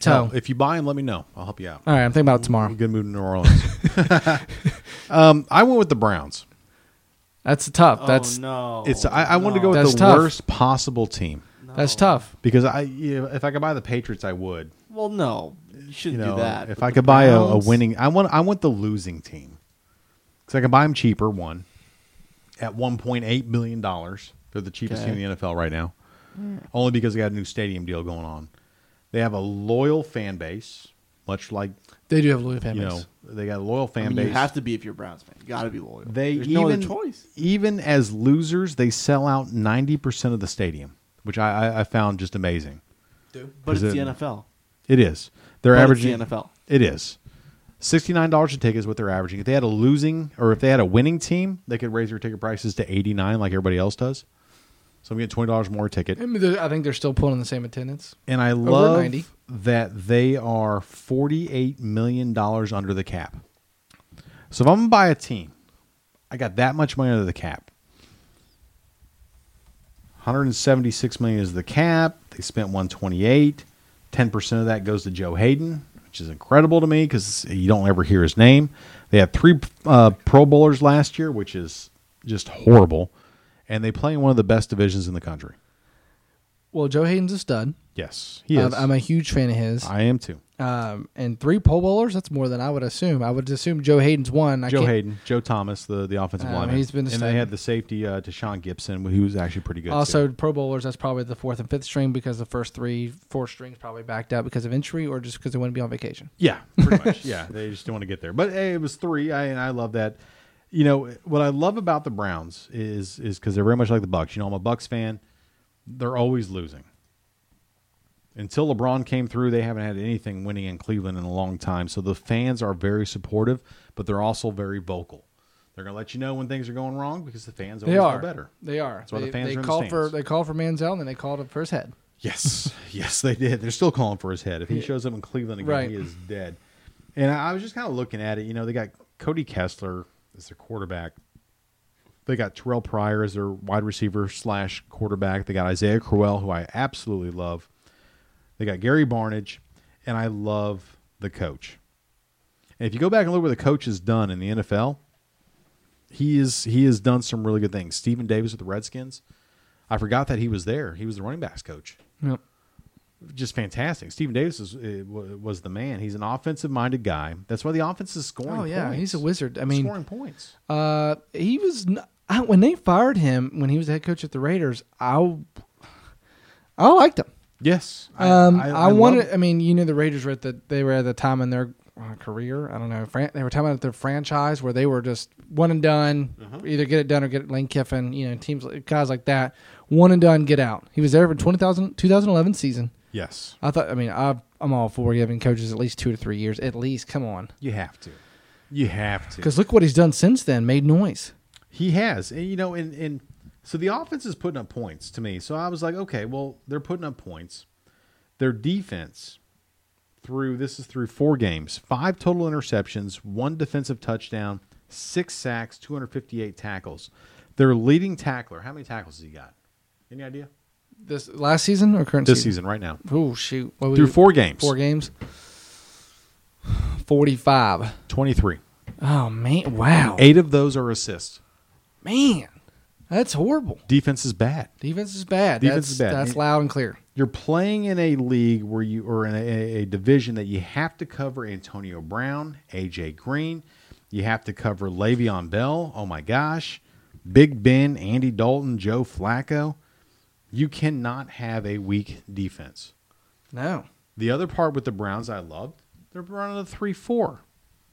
S1: So,
S3: Well, if you buy them, let me know. I'll help you out.
S1: all right, I'm thinking about it tomorrow.
S3: I'm gonna move to New Orleans. um, I went with the Browns.
S1: That's tough. That's
S2: oh, no.
S3: It's I, I wanted to go with
S1: That's
S3: the
S1: tough.
S3: worst possible team
S1: that's tough.
S3: because I you know, if I could buy the Patriots, I would.
S2: Well, no, you shouldn't
S3: you know,
S2: do that.
S3: If
S2: But
S3: I
S2: the
S3: could buy a, a
S2: Browns-
S3: winning, I want I want the losing team because I can buy them cheaper. One at one point eight billion dollars, they're the cheapest
S2: Okay. Mm.
S3: team in the NFL right now, only because they got a new stadium deal going on. They have a loyal fan base, much like
S1: They do have Louis fan
S3: you know
S1: base.
S3: they got a loyal fan
S2: I mean,
S3: base.
S2: you have to be if you're a Browns fan. You got to be loyal.
S3: they
S2: There's
S3: even
S2: no other choice.
S3: even as losers, they sell out ninety percent of the stadium, which I, I, I found just amazing.
S2: But it's
S3: Is
S2: the
S3: it-
S2: NFL.
S3: It is. They're
S2: But it's
S3: averaging
S2: the NFL.
S3: It is. Sixty-nine dollars a ticket is what they're averaging. If they had a losing or if they had a winning team, they could raise their ticket prices to eighty-nine, like everybody else does. So I'm getting twenty dollars more a ticket,
S1: I, mean, they're- I think they're still pulling the same attendance.
S3: and I love
S1: 90.
S3: that they are forty-eight million dollars under the cap. So if I'm gonna buy a team, I got that much money under the cap. One hundred and seventy-six million is the cap. They spent one twenty-eight. Ten percent of that goes to Joe Hayden, which is incredible to me because you don't ever hear his name. They had three uh, Pro Bowlers last year, which is just horrible, and they play in one of the best divisions in the country.
S1: Well, Joe Hayden's a stud.
S3: Yes, he is.
S1: I'm- I'm a huge fan of his.
S3: I am too.
S1: um, and three pole bowlers, that's more than I would assume. I would assume Joe Hayden's one. I
S3: Joe
S1: can't-
S3: Hayden, Joe Thomas, the the offensive
S1: Um,
S3: lineman.
S1: he's been a
S3: and
S1: stud.
S3: they had the safety uh, to Sean Gibson, who was actually pretty good.
S1: Also,
S3: too.
S1: Pro Bowlers, that's probably the fourth and fifth string because the first three, four strings probably backed out because of injury or just because they wouldn't be on vacation.
S3: yeah, pretty much. Yeah, they just didn't want to get there. But hey, it was three, I, and I love that. You know what I love about the Browns is is because they're very much like the Bucks. You know, I'm a Bucks fan. They're always losing. Until LeBron came through, they haven't had anything winning in Cleveland in a long time. So the fans are very supportive, but they're also very vocal. They're going to let you know when things are going wrong because the fans always
S1: They are
S3: know better.
S1: They are.
S3: That's why the
S1: They-
S3: fans
S1: they
S3: are in the
S1: called for
S3: stands.
S1: they called for Manziel and then they called him for his head.
S3: Yes, yes, they did. They're still calling for his head. If he shows up in Cleveland again,
S1: Right.
S3: he is dead. And I I was just kind of looking at it. You know, they got Cody Kessler as their quarterback. They got Terrell Pryor as their wide receiver slash quarterback. They got Isaiah Crowell, who I absolutely love. They got Gary Barnage, and I love the coach. And if you go back and look what the coach has done in the NFL, he is he has done some really good things. Stephen Davis with the Redskins. I forgot that he was there. He was the running backs coach
S1: Yep.
S3: just fantastic. Stephen Davis is, uh, wa- was the man. He's an offensive minded guy. That's why the offense is scoring.
S1: Oh yeah,
S3: points.
S1: he's a wizard. I mean,
S3: scoring points.
S1: uh, he was n I when they fired him when he was the head coach at the Raiders. I I liked him.
S3: Yes,
S1: Um, I, Um,
S3: love-
S1: wanted. I mean, you know, the Raiders were at the they were at the time in their uh, career. I don't know. Fran- they were talking about their franchise where they were just one and done,
S3: Uh-huh.
S1: either get it done or get Lane Kiffin. You know, teams like- guys like that, one and done, get out. He was there for 20,000 2011 season.
S3: Yes,
S1: I thought. I mean, I, I'm all for giving coaches at least two to three years, at least. Come on,
S3: you have to. You have to.
S1: because look what he's done since then. Made noise.
S3: He has, and you know, and and so the offense is putting up points to me. So I was like, okay, well, they're putting up points. Their defense through this is through four games, five total interceptions, one defensive touchdown, six sacks, two hundred fifty-eight tackles. Their leading tackler, how many tackles has he got? Any idea?
S1: This last season or current
S3: This season, right now,
S1: Oh shoot! What
S3: through
S1: we-
S3: four games,
S1: Four games. Forty-five.
S3: twenty-three.
S1: Oh man! Wow.
S3: Eight of those are assists.
S1: Man, that's horrible.
S3: Defense is bad.
S1: Defense is bad.
S3: Defense
S1: that's,
S3: is bad.
S1: That's loud and clear.
S3: you're playing in a league where you or in a, a division that you have to cover Antonio Brown, AJ Green, you have to cover Le'Veon Bell. Oh my gosh, Big Ben, Andy Dalton, Joe Flacco. You cannot have a weak defense.
S1: No.
S3: The other part with the Browns I loved, they're running a three four.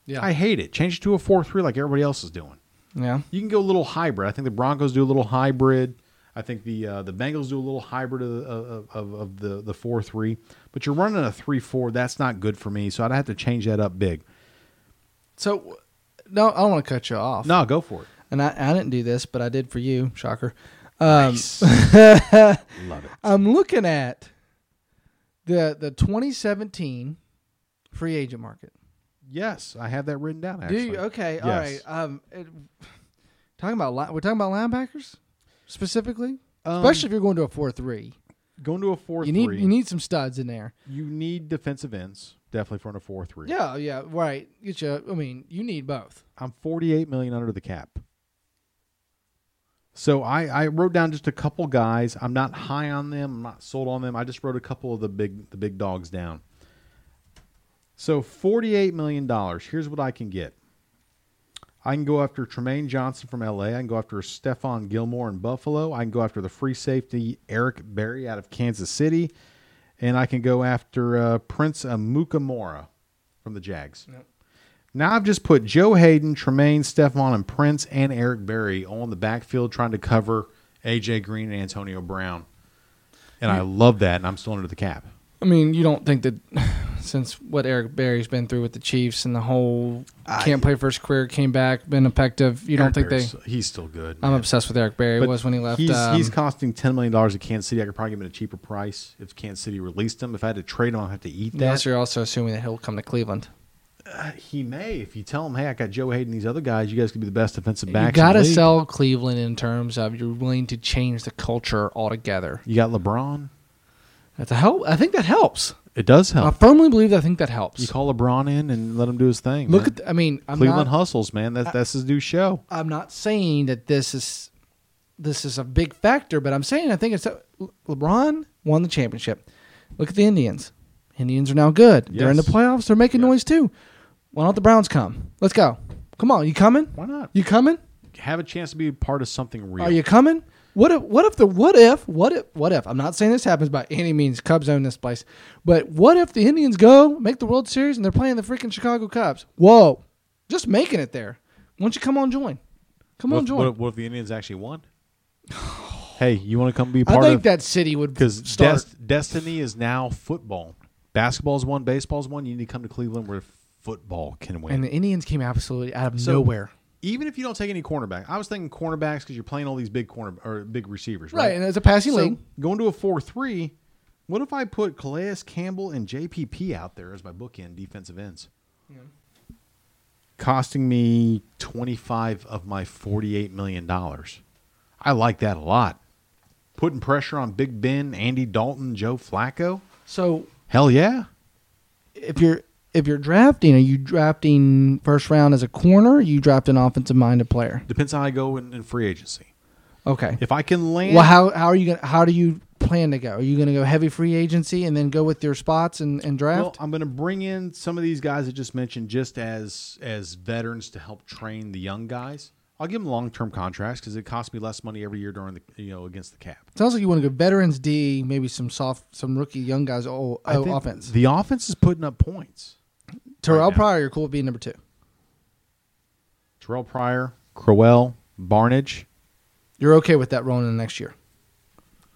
S1: Yeah.
S3: I hate it. Change it to a four three like everybody else is doing.
S1: yeah.
S3: You can go a little hybrid. I think the Broncos do a little hybrid. I think the uh, the Bengals do a little hybrid of, of, of, of the the four three. But you're running a three four. That's not good for me. So I'd have to change that up big.
S1: So, no, I don't want to cut you off.
S3: No, go for it.
S1: And I, I didn't do this, but I did for you. Shocker. Um,
S3: Nice. Love it.
S1: I'm looking at the the 2017 free agent market.
S3: Yes, I have that written down.
S1: Do
S3: Actually,
S1: you? Okay. All right.
S3: Yes.
S1: Um, it, talking about li- we're talking about linebackers specifically,
S3: Um,
S1: especially if you're going to a four three.
S3: going to a four
S1: You
S3: three.
S1: need you need some studs in there.
S3: you need defensive ends definitely for a four three.
S1: Yeah. Yeah. Right. Get you. I mean, you need both.
S3: I'm 48 million under the cap. So I, I wrote down just a couple guys. I'm not high on them. I'm not sold on them. I just wrote a couple of the big the big dogs down. So 48 million dollars. Here's what I can get. I can go after Tremaine Johnson from LA. I can go after Stefan Gilmore in Buffalo. I can go after the free safety Eric Berry out of Kansas City, and I can go after uh, Prince Amukamora from the Jags. Now I've just put Joe Hayden, Tremaine, Stephon, and Prince and Eric Berry on the backfield trying to cover AJ Green and Antonio Brown. And I love that, and I'm still under the cap.
S1: I mean, you don't think that since what Eric Berry's been through with the Chiefs and the whole can't play first career, came back, been effective. You don't think they?
S3: he's still good.
S1: I'm obsessed with Eric Berry.
S3: But
S1: was when he left.
S3: He's,
S1: um,
S3: he's costing ten million dollars to Kansas City. I could probably give him a cheaper price if Kansas City released him. If I had to trade him, I'd have to eat that. Uh,
S1: unless you're also assuming that he'll come to Cleveland.
S3: He may if you tell him, "Hey, I got Joe Hayden, these other guys. You guys could be the best defensive
S1: You
S3: back."
S1: gotta sell Cleveland in terms of you're willing to change the culture altogether.
S3: You got LeBron.
S1: That's a help. I think that helps.
S3: It does
S1: I
S3: help.
S1: firmly believe that I think that
S3: You
S1: helps.
S3: call LeBron in and let him do his thing.
S1: Look
S3: man.
S1: at. The, I mean, I'm
S3: Cleveland
S1: not,
S3: hustles, man. That, that's his new show.
S1: I'm not saying that this is this is a big factor, but I'm saying I think it's Le- LeBron won the championship. Look at the Indians. Indians are now good. They're in the
S3: Yes.
S1: playoffs. They're making
S3: Yeah.
S1: noise too. Why don't the Browns come? Let's go. Come on, you coming?
S3: Why not?
S1: You coming?
S3: have a chance to be part of something real.
S1: Are you coming? What if? What if the? What if? What if? What if? I'm not saying this happens by any means. Cubs own this place, but what if the Indians go make the World Series and they're playing the freaking Chicago Cubs? Whoa, just making it there. Why don't you come on join? Come
S3: what,
S1: on
S3: if-
S1: join.
S3: what if- what if the Indians actually won? hey, you want to come be a
S1: I
S3: part
S1: think
S3: of
S1: that city would
S3: because
S1: start.
S3: destiny is now football. Basketball's one, baseball's one. You need to come to Cleveland where football can win.
S1: and the Indians came absolutely out of
S3: So-
S1: nowhere.
S3: Even if you don't take any cornerback, I was thinking cornerbacks because you're playing all these big corner or big receivers,
S1: Right,
S3: right?
S1: and it's a passing
S3: so
S1: league.
S3: going to a four-three. What if I put Calais Campbell and JPP out there as my bookend defensive ends? Costing me twenty-five of my forty-eight million dollars. I like that a lot. Putting pressure on Big Ben, Andy Dalton, Joe Flacco.
S1: So
S3: Hell yeah.
S1: if you're if you're drafting, are you drafting first round as a corner? Or you draft an offensive minded player.
S3: Depends how I go in, in free agency.
S1: Okay.
S3: If I can land,
S1: Well, how how are you gonna how do you plan to go? Are you gonna go heavy free agency and then go with your spots and, and
S3: Well,
S1: draft?
S3: I'm going to bring in some of these guys I just mentioned, just as as veterans to help train the young guys. I'll give them long term contracts because it costs me less money every year during the you know against the cap.
S1: Sounds like you want to go veterans D, maybe some soft some rookie young guys. Oh,
S3: I think
S1: offense
S3: The offense is putting up points.
S1: Terrell
S3: now.
S1: Pryor, you're cool with being number two.
S3: Terrell Pryor, Crowell, Barnage,
S1: You're okay with that rolling in the next year.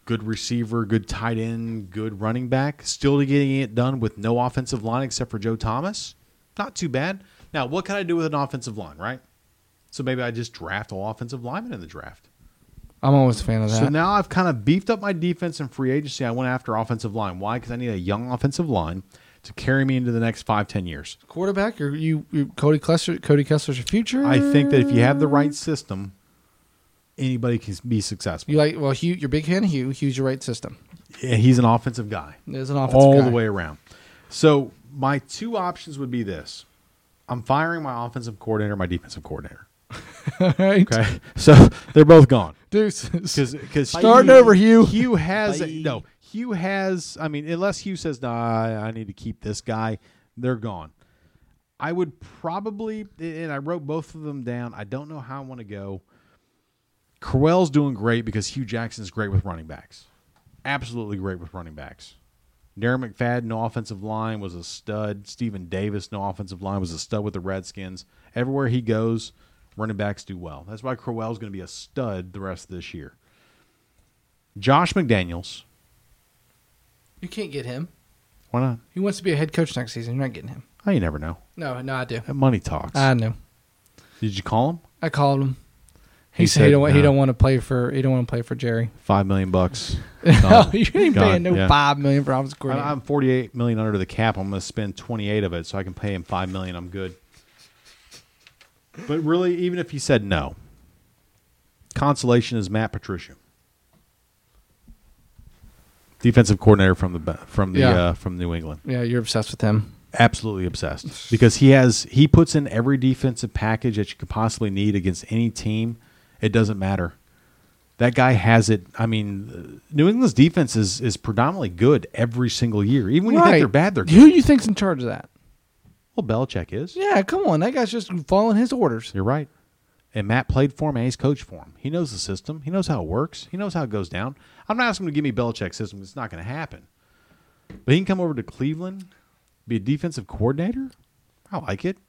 S3: good receiver, good tight end, good running back. Still getting it done with no offensive line except for Joe Thomas. Not too bad. Now, what can I do with an offensive line, right? So maybe I just draft all offensive linemen in the draft.
S1: I'm always a fan of that.
S3: So now I've kind of beefed up my defense in free agency. I went after offensive line. Why? Because I need a young offensive line to carry me into the next five, ten years.
S1: Quarterback, or you, you Cody Kessler, Cody Kessler's your future.
S3: I think that if you have the right system, anybody can be successful.
S1: you like well, Hugh, you're a big fan of Hugh. Hugh's your right system.
S3: Yeah, He's an offensive guy.
S1: There's an offensive
S3: all
S1: guy.
S3: the way around. So my two options would be this: I'm firing my offensive coordinator, my defensive coordinator.
S1: okay.
S3: Okay, so they're both gone
S1: Deuces.
S3: because
S1: Starting over, Hugh.
S3: Hugh has
S2: Bye.
S3: no. Hugh has. I mean, unless Hugh says, "Nah, I need to keep this guy," they're gone. I would probably, and I wrote both of them down. I don't know how I want to go. Crowell's doing great because Hugh Jackson's great with running backs. Absolutely great with running backs. Darren McFadden, no offensive line, was a stud. Steven Davis, no offensive line, was a stud with the Redskins. Everywhere he goes, running backs do well. That's why Crowell's going to be a stud the rest of this year. Josh McDaniels.
S1: You can't get him.
S3: Why not?
S1: He wants to be a head coach next season. You're not getting him.
S3: Oh, you never know.
S1: No, no, I do.
S3: That money talks.
S1: I know.
S3: Did you call him?
S1: I called him. He,
S3: He
S1: said he
S3: said
S1: don't want he
S3: no.
S1: don't want to play for he don't want to play for Jerry.
S3: Five million bucks.
S1: No,
S3: Gone.
S1: you ain't
S3: Gone,
S1: paying no
S3: yeah.
S1: five million for offensive coordinator.
S3: I- I'm 48 million under the cap. I'm going to spend 28 of it, so I can pay him five million. I'm good. But really, even if he said no, consolation is Matt Patricia, defensive coordinator from the ba- from the
S1: Yeah.
S3: uh, from New England.
S1: yeah, you're obsessed with him.
S3: Absolutely obsessed because he has he puts in every defensive package that you could possibly need against any team. It doesn't matter. That guy has it. I mean, uh, New England's defense is is predominantly good every single year. Even when you think they're bad, they're good.
S1: Who do you think's in charge of that?
S3: Well, Belichick is.
S1: Yeah, come on, that guy's just following his orders.
S3: You're right. And Matt played for him and he's coached for him. He knows the system. He knows how it works. He knows how it goes down. I'm not asking him to give me Belichick's system. It's not going to happen. But he can come over to Cleveland, be a defensive coordinator. I like it.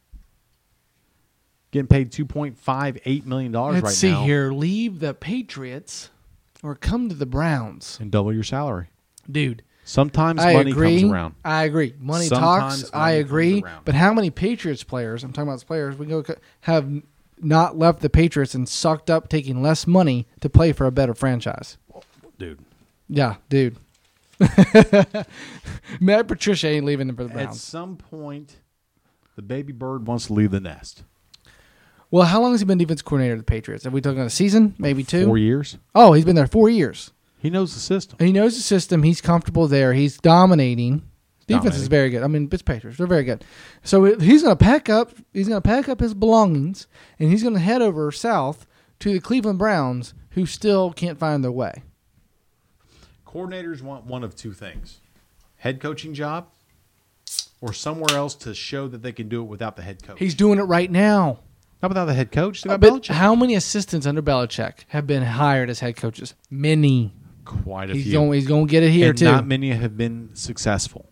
S3: Getting paid two point five eight million dollars
S1: Let's
S3: right
S1: see
S3: now,
S1: here. Leave the Patriots or come to the Browns,
S3: and double your salary.
S1: dude.
S3: Sometimes
S1: I
S3: money
S1: agree.
S3: comes around.
S1: I agree. Money
S3: Sometimes
S1: talks.
S3: money
S1: I
S3: comes
S1: agree.
S3: around.
S1: But how many Patriots players? I'm talking about players. We go have not left the Patriots and sucked up taking less money to play for a better franchise.
S3: Dude,
S1: Yeah, dude. Matt Patricia ain't leaving for the
S3: at
S1: Browns.
S3: some point, the baby bird wants to leave the nest.
S1: Well, how long has he been defense coordinator of the Patriots? Have we talking about a season? Maybe two.
S3: Four years.
S1: Oh, he's been there four years.
S3: He knows the system.
S1: He knows the system. He's comfortable there. He's dominating. Defense is
S3: Dominating.
S1: very good. I mean, it's Patriots. They're very good. So it- he's going to pack up. He's going to pack up his belongings, and he's going to head over south to the Cleveland Browns, who still can't find their way.
S3: coordinators want one of two things head coaching job or somewhere else to show that they can do it without the head coach.
S1: He's doing it right now.
S3: not without the head coach. They got
S1: But
S3: Belichick.
S1: how many assistants under Belichick have been hired as head coaches? Many.
S3: Quite a
S1: He's
S3: few.
S1: going. He's going to get it here
S3: and
S1: too.
S3: not many have been successful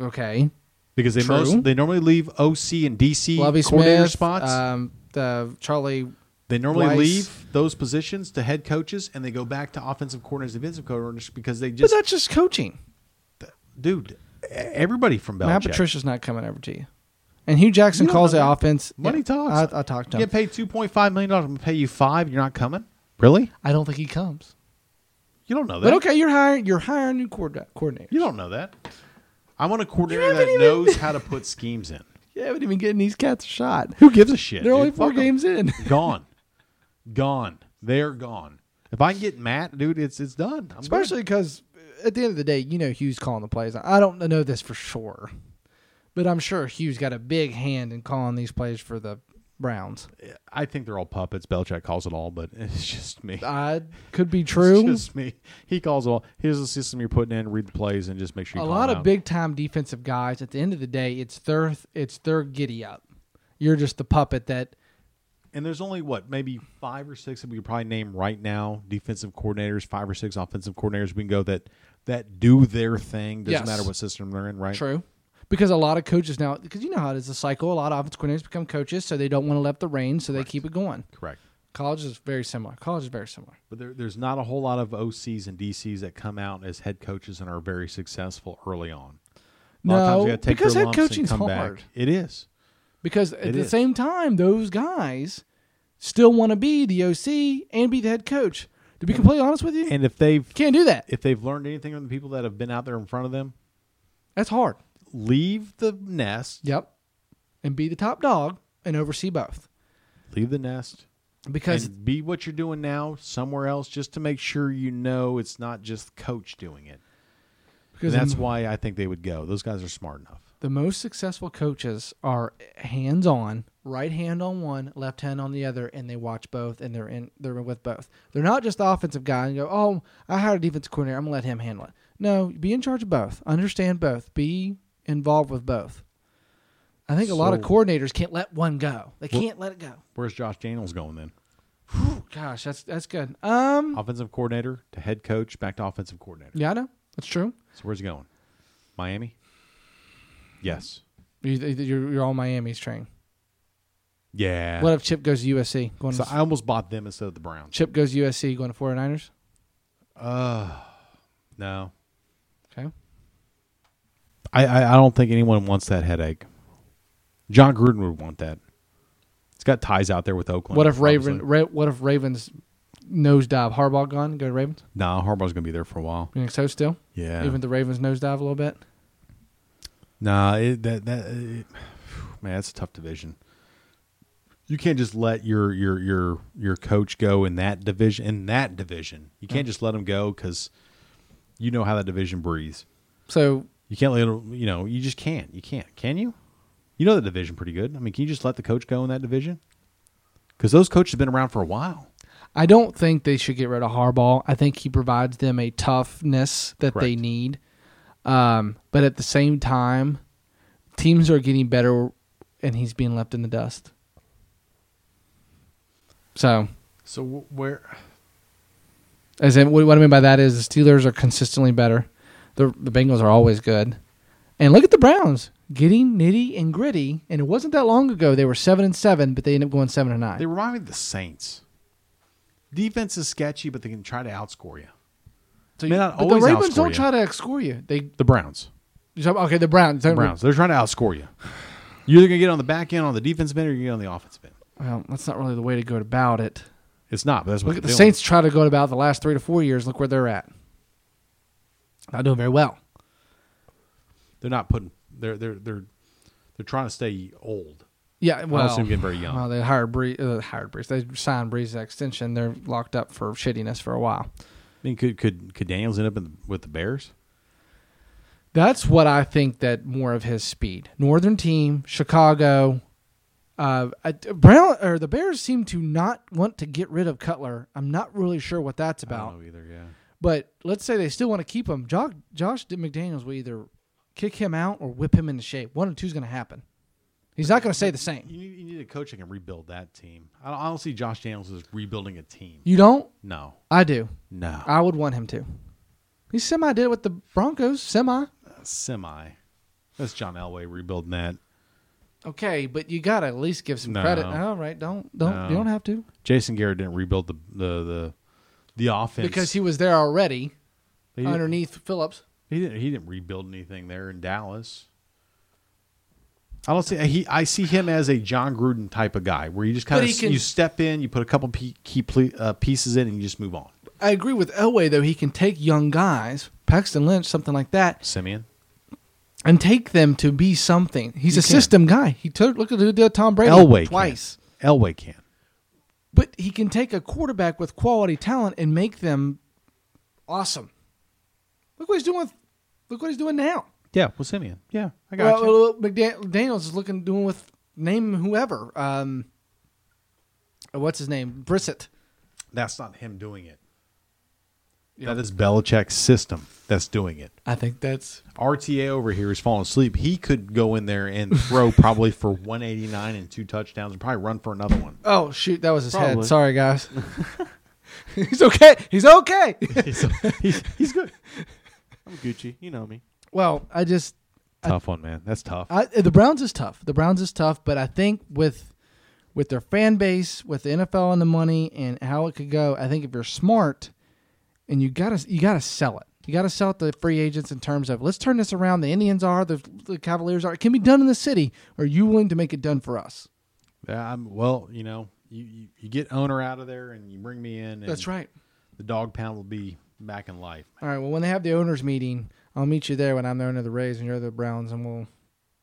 S1: okay.
S3: because they
S1: True.
S3: most they normally leave OC and DC
S1: Lovey
S3: coordinator
S1: Smith.
S3: spots.
S1: Um, the Charlie.
S3: they normally
S1: Weiss.
S3: leave those positions to head coaches and they go back to offensive coordinators, defensive coordinators because they
S1: But
S3: just
S1: that's just coaching.
S3: dude. Everybody from Belichick.
S1: Matt Patricia's not coming over to you. And Hugh Jackson
S3: You don't
S1: calls
S3: know
S1: the
S3: that.
S1: offense.
S3: Money
S1: Yeah,
S3: talks.
S1: I, I talked to
S3: You
S1: him.
S3: get paid two point five million dollars. I'm gonna pay you five. You're not coming. Really?
S1: I don't think he comes.
S3: You don't know that.
S1: But okay, you're hiring. You're hiring a new coordinator. coordinator.
S3: You don't know that. I want a coordinator
S1: haven't
S3: that
S1: even-
S3: knows how to put schemes in.
S1: You haven't even getting these cats a shot.
S3: Who gives a shit?
S1: They're only
S3: dude?
S1: four
S3: Fuck 'em.
S1: games in.
S3: Gone, gone. They're gone. If I can get Matt, dude, it's it's done. I'm
S1: Especially because at the end of the day, you know Hugh's calling the plays. I don't know this for sure, but I'm sure Hugh's got a big hand in calling these plays for the Browns.
S3: good. I think they're all puppets. Belichick calls it all, but it's just me.
S1: I could be Uh, true.
S3: It's just me. He calls it all. Here's the system you're putting in. Read the plays and just make sure.
S1: a
S3: You
S1: lot of
S3: out.
S1: big time defensive guys. At the end of the day, it's their it's their giddy up. You're just the puppet that
S3: And there's only what maybe five or six that we could probably name right now. Defensive coordinators, five or six offensive coordinators. We can go that that do their thing. Doesn't
S1: Yes.
S3: matter what system they're in, right?
S1: True. because a lot of coaches now, because you know how it is a cycle. A lot of offense coordinators become coaches, so they don't want to let the reins, so they keep it going.
S3: Correct.
S1: College is very similar. College is very similar.
S3: But there, there's not a whole lot of OCs and DCs that come out as head coaches and are very successful early on. A lot of times
S1: No,
S3: you gotta take
S1: because
S3: their
S1: head
S3: lumps and
S1: coaching's
S3: come back.
S1: hard.
S3: It is.
S1: Because at
S3: It
S1: the
S3: is.
S1: same time, those guys still want to be the OC and be the head coach. To be completely honest with you,
S3: And if they've
S1: can't do that.
S3: if they've learned anything from the people that have been out there in front of them,
S1: That's hard.
S3: leave the nest.
S1: Yep. And be the top dog and oversee both.
S3: Leave the nest.
S1: Because
S3: And be what you're doing now somewhere else just to make sure you know it's not just coach doing it.
S1: because
S3: And that's
S1: the-
S3: why I think they would go. Those guys are smart enough.
S1: the most successful coaches are hands on, right hand on one, left hand on the other, and they watch both and they're in they're with both. They're not just the offensive guy and go, Oh, I hired a defense coordinator, I'm gonna let him handle it. No, be in charge of both. Understand both. Be involved with both. I think a lot of
S3: So-
S1: coordinators can't let one go. They
S3: Well-
S1: can't let it go.
S3: Where's Josh Daniels going then?
S1: Whew, gosh, that's that's good. Um
S3: Offensive coordinator to head coach back to offensive coordinator.
S1: Yeah, I know. That's true.
S3: So where's he going? Miami? Yes.
S1: You, you're, you're all Miami's train.
S3: Yeah.
S1: What if Chip goes to USC? Going
S3: so
S1: to,
S3: I almost bought them instead of the Browns.
S1: Chip goes to USC, going to 49ers?
S3: Uh, No.
S1: Okay.
S3: I, I, I don't think anyone wants that headache. John Gruden would want that. It's got ties out there with Oakland.
S1: What if Raven?
S3: obviously.
S1: Ra- what if Ravens nosedive? Harbaugh gone? Go to Ravens?
S3: Nah, Harbaugh's gonna be there for a while.
S1: You think so? Still,
S3: Yeah.
S1: even if the Ravens nosedive a little bit.
S3: Nah, it, that that it, man, that's a tough division. You can't just let your your your your coach go in that division. In that division, you can't just let him go because you know how that division breathes.
S1: So
S3: You can't let him. You know, you just can't. You can't. Can you? You know the division pretty good. I mean, can you just let the coach go in that division? Because those coaches have been around for a while.
S1: I don't think they should get rid of Harbaugh. I think he provides them a toughness that they
S3: Correct.
S1: need. Um, but at the same time, teams are getting better, and he's being left in the dust. So
S3: So wh- where?
S1: As in, what I mean by that is the Steelers are consistently better. The the Bengals are always good. And look at the Browns getting nitty and gritty. And it wasn't that long ago they were seven and seven, but they ended up going seven and nine.
S3: They remind me of the Saints. Defense is sketchy, but they can try to outscore you.
S1: so
S3: may
S1: you-
S3: not
S1: but the
S3: always
S1: Ravens
S3: outscore
S1: don't
S3: you.
S1: try to outscore you. They
S3: The Browns.
S1: you're talking- okay the Browns.
S3: The Browns. They're trying to outscore you. You're either going to get on the back end on the defensive end or you're going to get on the offensive end.
S1: Well, that's not really the way to go about it.
S3: It's not, but that's what
S1: Look at the
S3: they're doing.
S1: Saints try to go about the last three to four years. Look where they're at. Not doing very well.
S3: They're not putting. They're they're they're they're trying to stay old.
S1: Yeah, well,
S3: see 'em getting very young.
S1: Well, they hired Bree, uh, hired Breeze. They signed Breeze to extension. They're locked up for shittiness for a while.
S3: I mean, could could could Daniels end up in the, with the Bears?
S1: That's what I think that more of his speed. Northern team, Chicago, uh, I- Brown or the Bears seem to not want to get rid of Cutler. I'm not really sure what that's
S3: I
S1: about.
S3: don't know either. Yeah.
S1: But let's say they still want to keep him. Josh, Josh McDaniels will either kick him out or whip him into shape. One or two's going to happen. He's not going to say the same.
S3: You need, you need a coach that can rebuild that team. I don't, I don't see Josh Daniels as rebuilding a team. Uh,
S1: You don't?
S3: No,
S1: I do.
S3: no.
S1: I would want him to. He semi did it with the Broncos. Semi.
S3: Semi. That's John Elway rebuilding that.
S1: Okay, but you got to at least give some
S3: No.
S1: credit. All right, don't don't
S3: No.
S1: you don't have to.
S3: Jason Garrett didn't rebuild the the the, the offense
S1: because he was there already
S3: he, didn't,
S1: underneath Phillips.
S3: he didn't he didn't rebuild anything there in Dallas. I don't see he. I see him as a John Gruden type of guy, where you just kind
S1: But he
S3: of
S1: can-
S3: you step in, you put a couple pe- key ple- uh, pieces in, and you just move on.
S1: I agree with Elway though; he can take young guys, Paxton Lynch, something like that,
S3: Simeon,
S1: and take them to be something. He's
S3: He
S1: a
S3: can.
S1: system guy. He took look at who did Tom Brady
S3: Elway can.
S1: twice,
S3: Elway can.
S1: but he can take a quarterback with quality talent and make them awesome. Look what he's doing. With, look what he's doing now.
S3: Yeah, well, Simeon. Yeah, I got
S1: Well,
S3: you.
S1: well, McDan- Daniels is looking doing with name whoever. Um, what's his name? Brissett.
S3: That's not him doing it.
S1: Yeah.
S3: That is Belichick's system that's doing it.
S1: I think that's
S3: RTA over here is falling asleep. He could go in there and throw probably for 189 and two touchdowns and probably run for another one.
S1: Oh shoot, that was his head.
S2: Probably.
S1: Sorry guys. he's okay. He's okay.
S3: he's, he's good.
S2: I'm Gucci. You know me.
S1: well, I just
S3: tough one, man. That's tough.
S1: I, the Browns is tough. The Browns is tough, but I think with with their fan base, with the NFL and the money and how it could go, I think if you're smart and you gotta you gotta sell it. You gotta sell it to free agents in terms of let's turn this around. The Indians are, the, the Cavaliers are. It can be done in the city. Are you willing to make it done for us?
S3: yeah, I'm, well, you know, you, you, you get owner out of there and you bring me in. And
S1: That's right.
S3: The dog pound will be back in life.
S1: All right. Well, when they have the owners meeting, I'll meet you there when I'm the owner of the Rays and you're the Browns, and we'll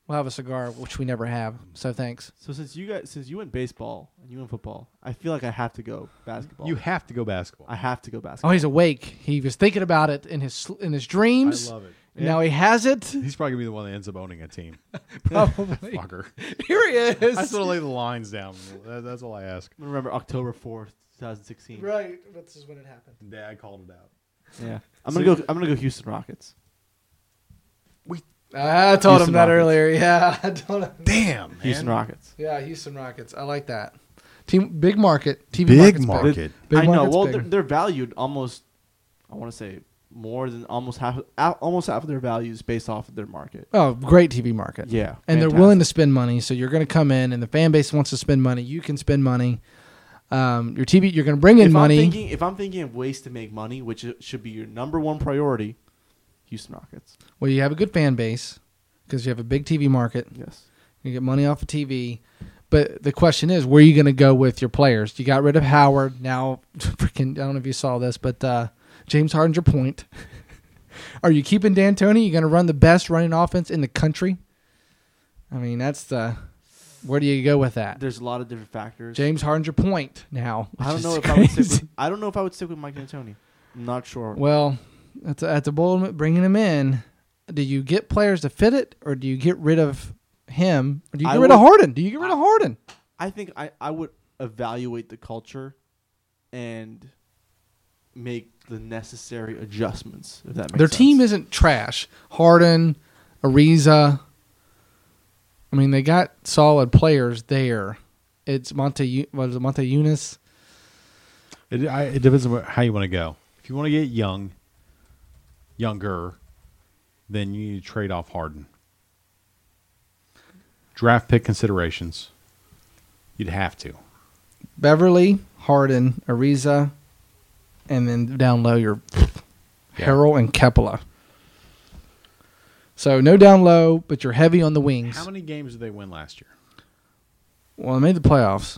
S1: we'll have a cigar, which we never have. So thanks.
S2: So since you guys, since you went baseball and you went football, I feel like I have to go basketball.
S3: You have to go basketball.
S2: I have to go
S1: Oh,
S2: basketball.
S1: he's awake. He was thinking about it in his sl- in his dreams.
S3: I love it.
S1: Now he has it.
S3: He's probably gonna be the one that ends up owning a team.
S1: Probably.
S3: Fucker.
S1: Here he
S3: I just
S1: is.
S3: want to lay the lines down. That- that's all I ask.
S2: Remember October fourth, two thousand sixteen.
S1: Right. This is when it happened.
S3: Dad called it out.
S2: Yeah, I'm gonna go. I'm gonna go Houston Rockets.
S1: I told him
S2: Houston
S1: that
S2: Rockets.
S1: earlier. Yeah, I told him.
S3: Damn, man.
S2: Houston Rockets.
S1: Yeah, Houston Rockets. I like that. Team big market. TV
S3: Big
S1: market's
S3: market.
S1: Big.
S3: Rocket.
S1: Big
S2: I know.
S1: market's
S2: Well,
S1: big.
S2: they're, they're valued almost. I want to say more than almost half. al- Almost half of their values based off of their market.
S1: Oh, great TV market.
S2: Yeah,
S1: and they're
S2: fantastic.
S1: willing to spend money. So you're going to come in, and the fan base wants to spend money. You can spend money. Um, your TV, you're going to bring in
S2: if
S1: money.
S2: I'm thinking, if I'm thinking of ways to make money, which it should be your number one priority, Houston Rockets.
S1: well, you have a good fan base because you have a big TV market.
S2: Yes.
S1: You get money off of TV. But the question is, where are you going to go with your players? You got rid of Howard. Now, freaking, I don't know if you saw this, but uh, James Harden's your point. are you keeping D'Antoni? You're going to run the best running offense in the country? I mean, that's the. Where do you go with that?
S2: There's a lot of different factors.
S1: James Harden's your point now.
S2: I
S1: which
S2: don't
S1: is
S2: know if I would stick
S1: crazy.
S2: with, I don't know if I would stick with Mike D'Antoni. I'm not sure.
S1: Well, that's a, that's a bold move, bringing him in. Do you get players to fit it, or do you get rid of him? Or do you
S2: I
S1: get rid of
S2: would-
S1: Harden? Do you get rid of Harden?
S2: I think I, I would evaluate the culture and make the necessary adjustments. If that makes
S1: Their
S2: sense.
S1: team isn't trash. Harden, Ariza. I mean, they got solid players there. It's Monte. What is it, Monte Eunice?
S3: It, I, it depends on wh- how you want to go. If you want to get young, younger, then you need to trade off Harden. Draft pick considerations. You'd have to.
S1: Beverly, Harden, Ariza, and then down low your
S3: Yeah.
S1: Harrell and Kepala. So no down low, but you're heavy on the wings.
S3: How many games did they win last year
S1: Well, they made the playoffs,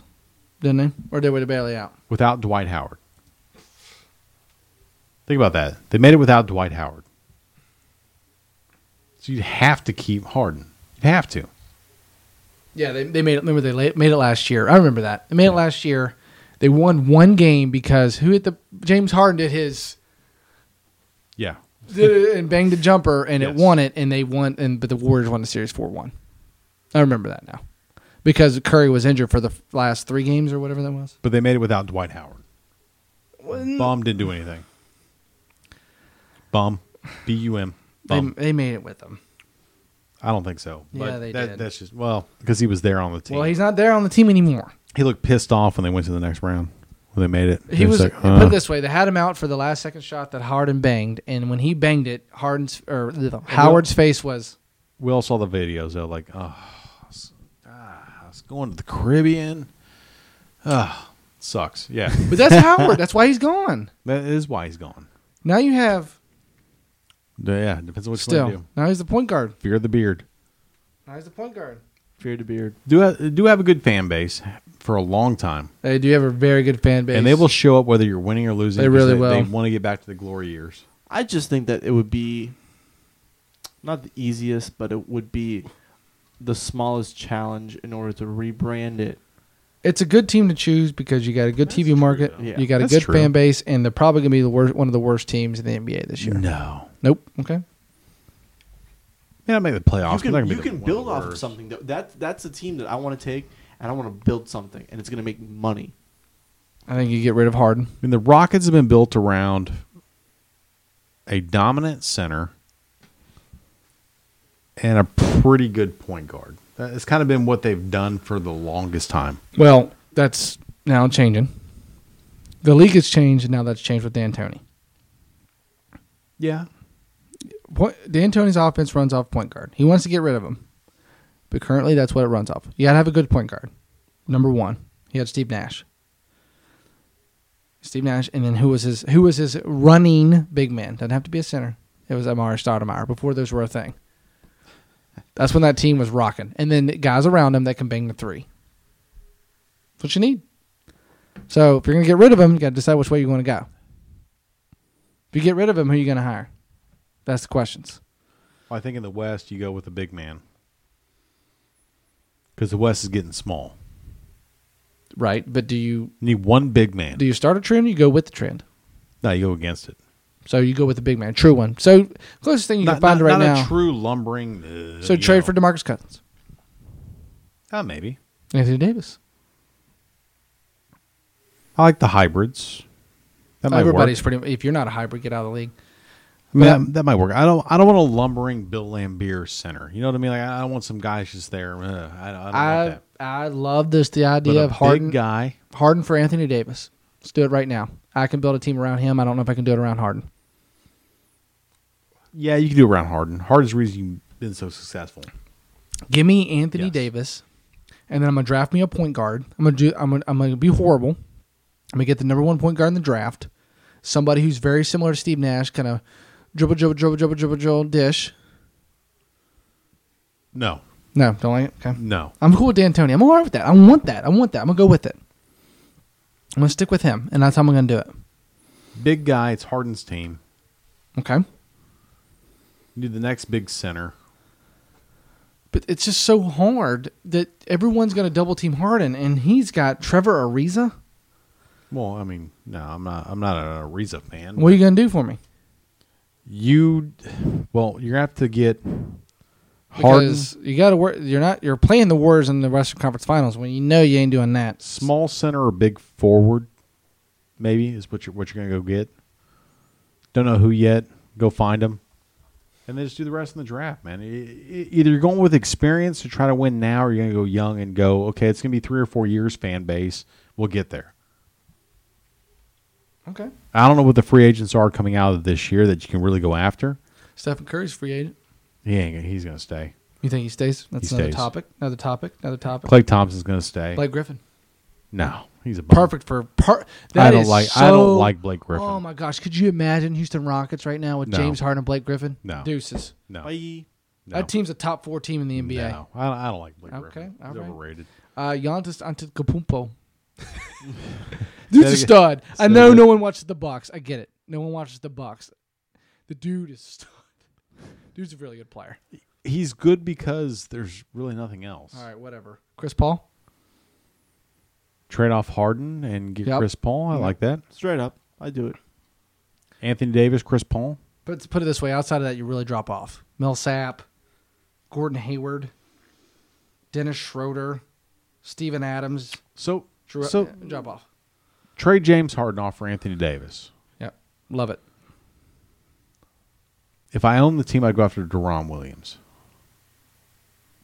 S1: didn't they? Or did we bail you out?
S3: without Dwight Howard? Think about that. They made it without Dwight Howard. So you'd have to keep Harden. You'd have to.
S1: Yeah, they, they made it. Remember, they la- made it last year. I remember that. They made it last year. They won one game because who hit the James Harden did his
S3: Yeah.
S1: did it and banged a jumper and it
S3: Yes.
S1: won it and they won and but the Warriors won the series four one. I remember that now because Curry was injured for the f- last three games or whatever that was.
S3: But they made it without Dwight Howard. Bum didn't do anything. Bum, B U M.
S1: They,
S3: Bum.
S1: they made it with them.
S3: I don't think so. But
S1: Yeah, they
S3: that,
S1: did.
S3: That's just well because he was there on the team.
S1: Well, he's not there on the team anymore.
S3: he looked pissed off when they went to the next round when they made it.
S1: He was
S3: like,
S1: put
S3: "Uh."
S1: it this way: they had him out for the last second shot that Harden banged, and when he banged it, Harden's or Howard's face was
S3: We all saw the videos though. Like, oh, ah, I was going to the Caribbean. Ah, sucks. Yeah,
S1: But that's Howard. That's why he's gone.
S3: that is why he's gone.
S1: Now you have
S3: Yeah, depends on what you want to
S1: still.
S3: do.
S1: Now he's the point guard.
S3: Fear the beard.
S1: Now he's the point guard.
S2: Fear to beard.
S3: Do have, do have a good fan base for a long time.
S1: They do have a very good fan base,
S3: And they will show up whether you're winning or losing.
S1: They
S3: 'cause
S1: really
S3: they,
S1: will.
S3: They want to get back to the glory years.
S2: I just think that it would be not the easiest, but it would be the smallest challenge in order to rebrand it.
S1: It's a good team to choose because you got a good TV market,
S2: though. Yeah.
S1: you got a
S3: That's
S1: good
S3: true.
S1: fan base, and they're probably going to be the worst, one of the worst teams in the NBA this year.
S3: No.
S1: Nope. Okay.
S3: Yeah, make the playoffs.
S2: you can,
S3: but they're gonna
S2: you
S3: be the
S2: can
S3: one
S2: build
S3: the
S2: off of
S3: worst.
S2: something. That, that That's a team that I want to take, and I want to build something, and it's going to make money.
S1: I think you get rid of Harden.
S3: I mean, the Rockets have been built around a dominant center and a pretty good point guard. That- It's kind of been what they've done for the longest time.
S1: Well, that's now changing. The league has changed, and now that's changed with D'Antoni.
S3: Yeah.
S1: Point, D'Antoni's offense runs off point guard. He wants to get rid of him, but currently that's what it runs off. You got to have a good point guard. Number one, he had Steve Nash. Steve Nash, and then who was his who was his running big man? Doesn't have to be a center. It was Amari Stoudemire before those were a thing. That's when that team was rocking, and then guys around him that can bang the three. That's what you need. So if you're gonna get rid of him, you got to decide which way you want to go. If you get rid of him, who are you gonna hire? That's the questions.
S3: I think in the West you go with the big man because the West is getting small.
S1: Right, but do you
S3: You need one big man.
S1: do you start a trend? Or you go with the trend.
S3: no, you go against it.
S1: So you go with the big man, true one. So closest thing you can
S3: Not,
S1: find
S3: not-
S1: right
S3: not
S1: now.
S3: a true lumbering. uh,
S1: so
S3: you
S1: trade
S3: know.
S1: for Demarcus Cousins,
S3: Ah, maybe.
S1: Anthony Davis.
S3: I like the hybrids. That might
S1: Everybody's
S3: work.
S1: pretty. If you're not a hybrid, get out of the league.
S3: I mean, that, that might work. I don't. I don't want a lumbering Bill Lambier center. You know what I mean? Like I don't want some guy just there. Ugh, I, I don't want
S1: I
S3: that.
S1: I love this the
S3: But
S1: idea
S3: a
S1: of Harden
S3: big guy.
S1: Harden for Anthony Davis. Let's do it right now. I can build a team around him. I don't know if I can do it around Harden.
S3: Yeah, you can do around Harden. Harden's the reason you've been so successful.
S1: Give me Anthony
S3: Yes.
S1: Davis, and then I'm gonna draft me a point guard. I'm gonna do. I'm gonna, I'm gonna be horrible. I'm gonna get the number one point guard in the draft. Somebody who's very similar to Steve Nash, kind of dribble, dribble, dribble, dribble, dribble, dribble, dish.
S3: No,
S1: No, don't like it. Okay,
S3: no.
S1: I'm cool with D'Antoni. I'm all right with that. I want that. I want that. I'm gonna go with it. I'm gonna stick with him, and that's how I'm gonna do it.
S3: Big guy. It's Harden's team.
S1: Okay,
S3: You need the next big center.
S1: but it's just so hard that everyone's gonna double team Harden, and he's got Trevor Ariza.
S3: Well, I mean, no, I'm not. I'm not a Ariza fan.
S1: What are you gonna do for me?
S3: You, well, you're gonna have to get Harden,
S1: Because you got to work. You're not. You're playing the Warriors in the Western Conference Finals when you know you ain't doing that.
S3: small center or big forward, maybe is what you're what you're gonna go get. Don't know who yet. Go find them, and then just do the rest in the draft, man. E- e- Either you're going with experience to try to win now, or you're gonna go young and go, okay, it's gonna be three or four years fan base. We'll get there.
S1: Okay.
S3: I don't know what the free agents are coming out of this year that you can really go after.
S1: Stephen Curry's free agent.
S3: He ain't. He's gonna stay.
S1: You think he stays? That's
S3: He
S1: another
S3: stays.
S1: topic. Another topic. Another topic.
S3: Clay Thompson's gonna stay.
S1: Blake Griffin.
S3: no, he's a bum.
S1: Perfect for par.
S3: I
S1: that
S3: don't
S1: is
S3: like. I don't
S1: so-
S3: like Blake Griffin.
S1: Oh my gosh! Could you imagine Houston Rockets right now with
S3: No.
S1: James Harden and Blake Griffin?
S3: No.
S1: Deuces.
S3: no,
S2: Bye.
S3: no,
S1: That team's a top four team in the NBA.
S3: No, I, I don't like Blake
S1: Okay,
S3: Griffin. He's
S1: all right.
S3: overrated.
S1: Uh, Giannis Antetokounmpo. Dude's a
S3: again.
S1: stud. I
S3: Say
S1: know
S3: it.
S1: no one watches the Bucks. I get it. No one watches the Bucks. The dude is a stud. Dude's a really good player.
S3: He's good because there's really nothing else.
S1: All right, whatever. Chris Paul.
S3: Trade off Harden and get
S1: Yep.
S3: Chris Paul. I like that.
S2: Straight up, I do it.
S3: Anthony Davis, Chris Paul.
S1: But to put it this way, outside of that, you really drop off. Millsap, Gordon Hayward, Dennis Schroeder, Steven Adams.
S3: So
S1: Drew, uh,
S3: so
S1: drop off.
S3: trade James Harden off for Anthony Davis.
S1: Yep. Love it.
S3: If I own the team, I'd go after Deron Williams.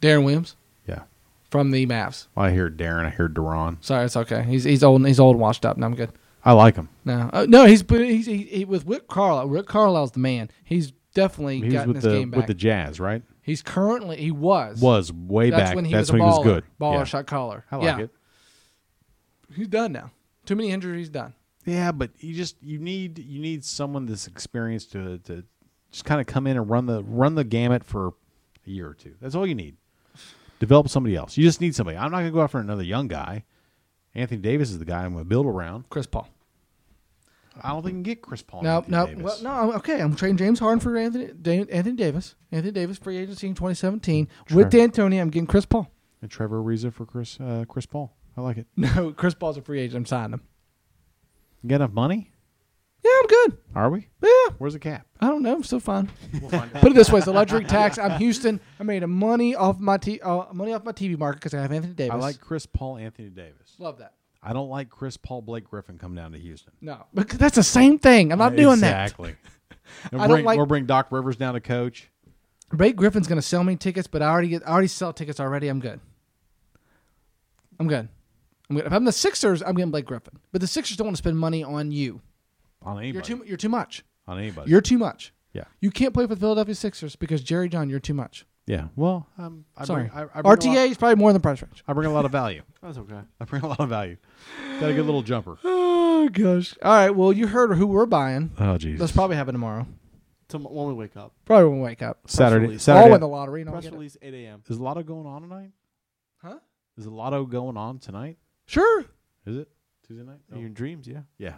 S1: Darren Williams
S3: Yeah,
S1: from the Mavs.
S3: I hear Darren. I hear Deron.
S1: Sorry, it's okay. He's he's old. and- He's old, and washed up. Now I'm good.
S3: I like him.
S1: No, uh, no, he's but he's he, he, with Rick Carlisle. Rick Carlisle's the man. He's definitely
S3: He was
S1: gotten
S3: with
S1: his
S3: the
S1: game
S3: with
S1: back.
S3: the Jazz, right?
S1: he's currently he was
S3: Was way
S1: that's
S3: back.
S1: when he was
S3: That's when
S1: a
S3: he
S1: baller,
S3: was good.
S1: baller
S3: yeah.
S1: shot caller.
S3: I like
S1: yeah.
S3: it.
S1: He's done now. Too many injuries. He's done.
S3: Yeah, but you just you need you need someone that's experienced to to just kind of come in and run the run the gamut for a year or two. That's all you need. Develop somebody else. You just need somebody. I'm not going to go after another young guy. Anthony Davis is the guy I'm going to build around.
S1: Chris Paul.
S3: I don't think you can get Chris Paul. and
S1: No,
S3: Anthony
S1: no, well,
S3: Davis.
S1: no. I'm- Okay, I'm trading James Harden for Anthony Dan, Anthony Davis. Anthony Davis free agency in 2017 with
S3: Sure.
S1: D'Antoni. I'm getting Chris Paul.
S3: And Trevor Ariza for Chris uh, Chris Paul. I like it.
S1: No, Chris Paul's a free agent. I'm signing him.
S3: You got enough money?
S1: Yeah, I'm good.
S3: Are we?
S1: Yeah,
S3: Where's the cap?
S1: I don't know. I'm still fine. Put it this way: it's a luxury tax. I'm Houston. I made a money off my t- uh, money off my TV market because I have Anthony Davis.
S3: I like Chris Paul, Anthony Davis.
S1: love that.
S3: I don't like Chris Paul, Blake Griffin come down to Houston.
S1: No, because that's the same thing. I'm not doing that.
S3: Exactly. And
S1: I don't
S3: bring,
S1: like-
S3: or bring Doc Rivers down to coach.
S1: Ray Griffin's gonna sell me tickets, but I already get, I already sell tickets already. I'm good. I'm good. I'm good. If I'm the Sixers, I'm getting Blake Griffin. But the Sixers don't want to spend money on you.
S3: on anybody.
S1: You're too. You're too much.
S3: on anybody.
S1: You're too much.
S3: Yeah.
S1: You can't play for the Philadelphia Sixers because Jerry John, you're too much.
S3: Yeah. Well, um, I
S1: Sorry.
S3: Bring, I, I bring A lot,
S1: RTA is probably more than price range.
S3: I bring a lot of value.
S2: That's okay.
S3: I bring a lot of value. Got a good little jumper.
S1: Oh gosh. All right. Well, you heard who we're buying.
S3: Oh, jeez.
S1: That's probably happen tomorrow.
S2: Tom- when we wake up,
S1: Probably when we wake up.
S3: Saturday.
S2: release.
S1: I'll
S3: Saturday.
S1: win the lottery. And I'll
S2: press
S1: get it.
S2: release eight a.m.
S3: Is Lotto going on tonight?
S1: Huh?
S3: Is Lotto going on tonight?
S1: Sure.
S3: Is it Tuesday night?
S2: In your dreams, yeah.
S3: Yeah.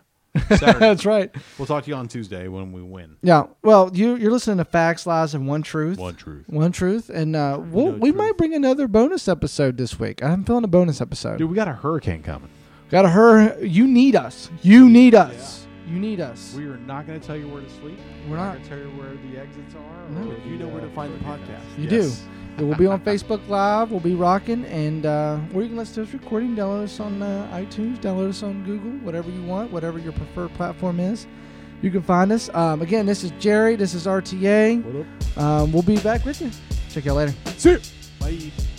S3: Saturday.
S1: That's right.
S3: we'll talk to you on Tuesday when we win.
S1: Yeah. Well, you you're listening to Facts, Lies, and One Truth.
S3: One truth.
S1: One truth, and uh, we'll,
S2: No
S1: we
S2: truth.
S1: might bring another bonus episode this week. I'm feeling a bonus episode.
S3: Dude, we got a hurricane coming.
S1: Gotta her. You need us. You need us. You need us.
S3: We are not going to tell you where to sleep.
S1: We're not.
S3: going to tell you where the exits are.
S1: No.
S3: or
S2: You know
S3: the,
S2: where to
S3: uh,
S2: find the
S3: where it
S2: podcast.
S3: is.
S1: You do. We'll be on Facebook Live. We'll be rocking, and uh, or you can listen to us recording. Download us on uh, iTunes. Download us on Google. Whatever you want. Whatever your preferred platform is. You can find us. Um, again, this is Jerry. This is RTA.
S3: What up?
S1: Um, we'll be back with you. Check y'all later.
S3: See ya.
S2: Bye.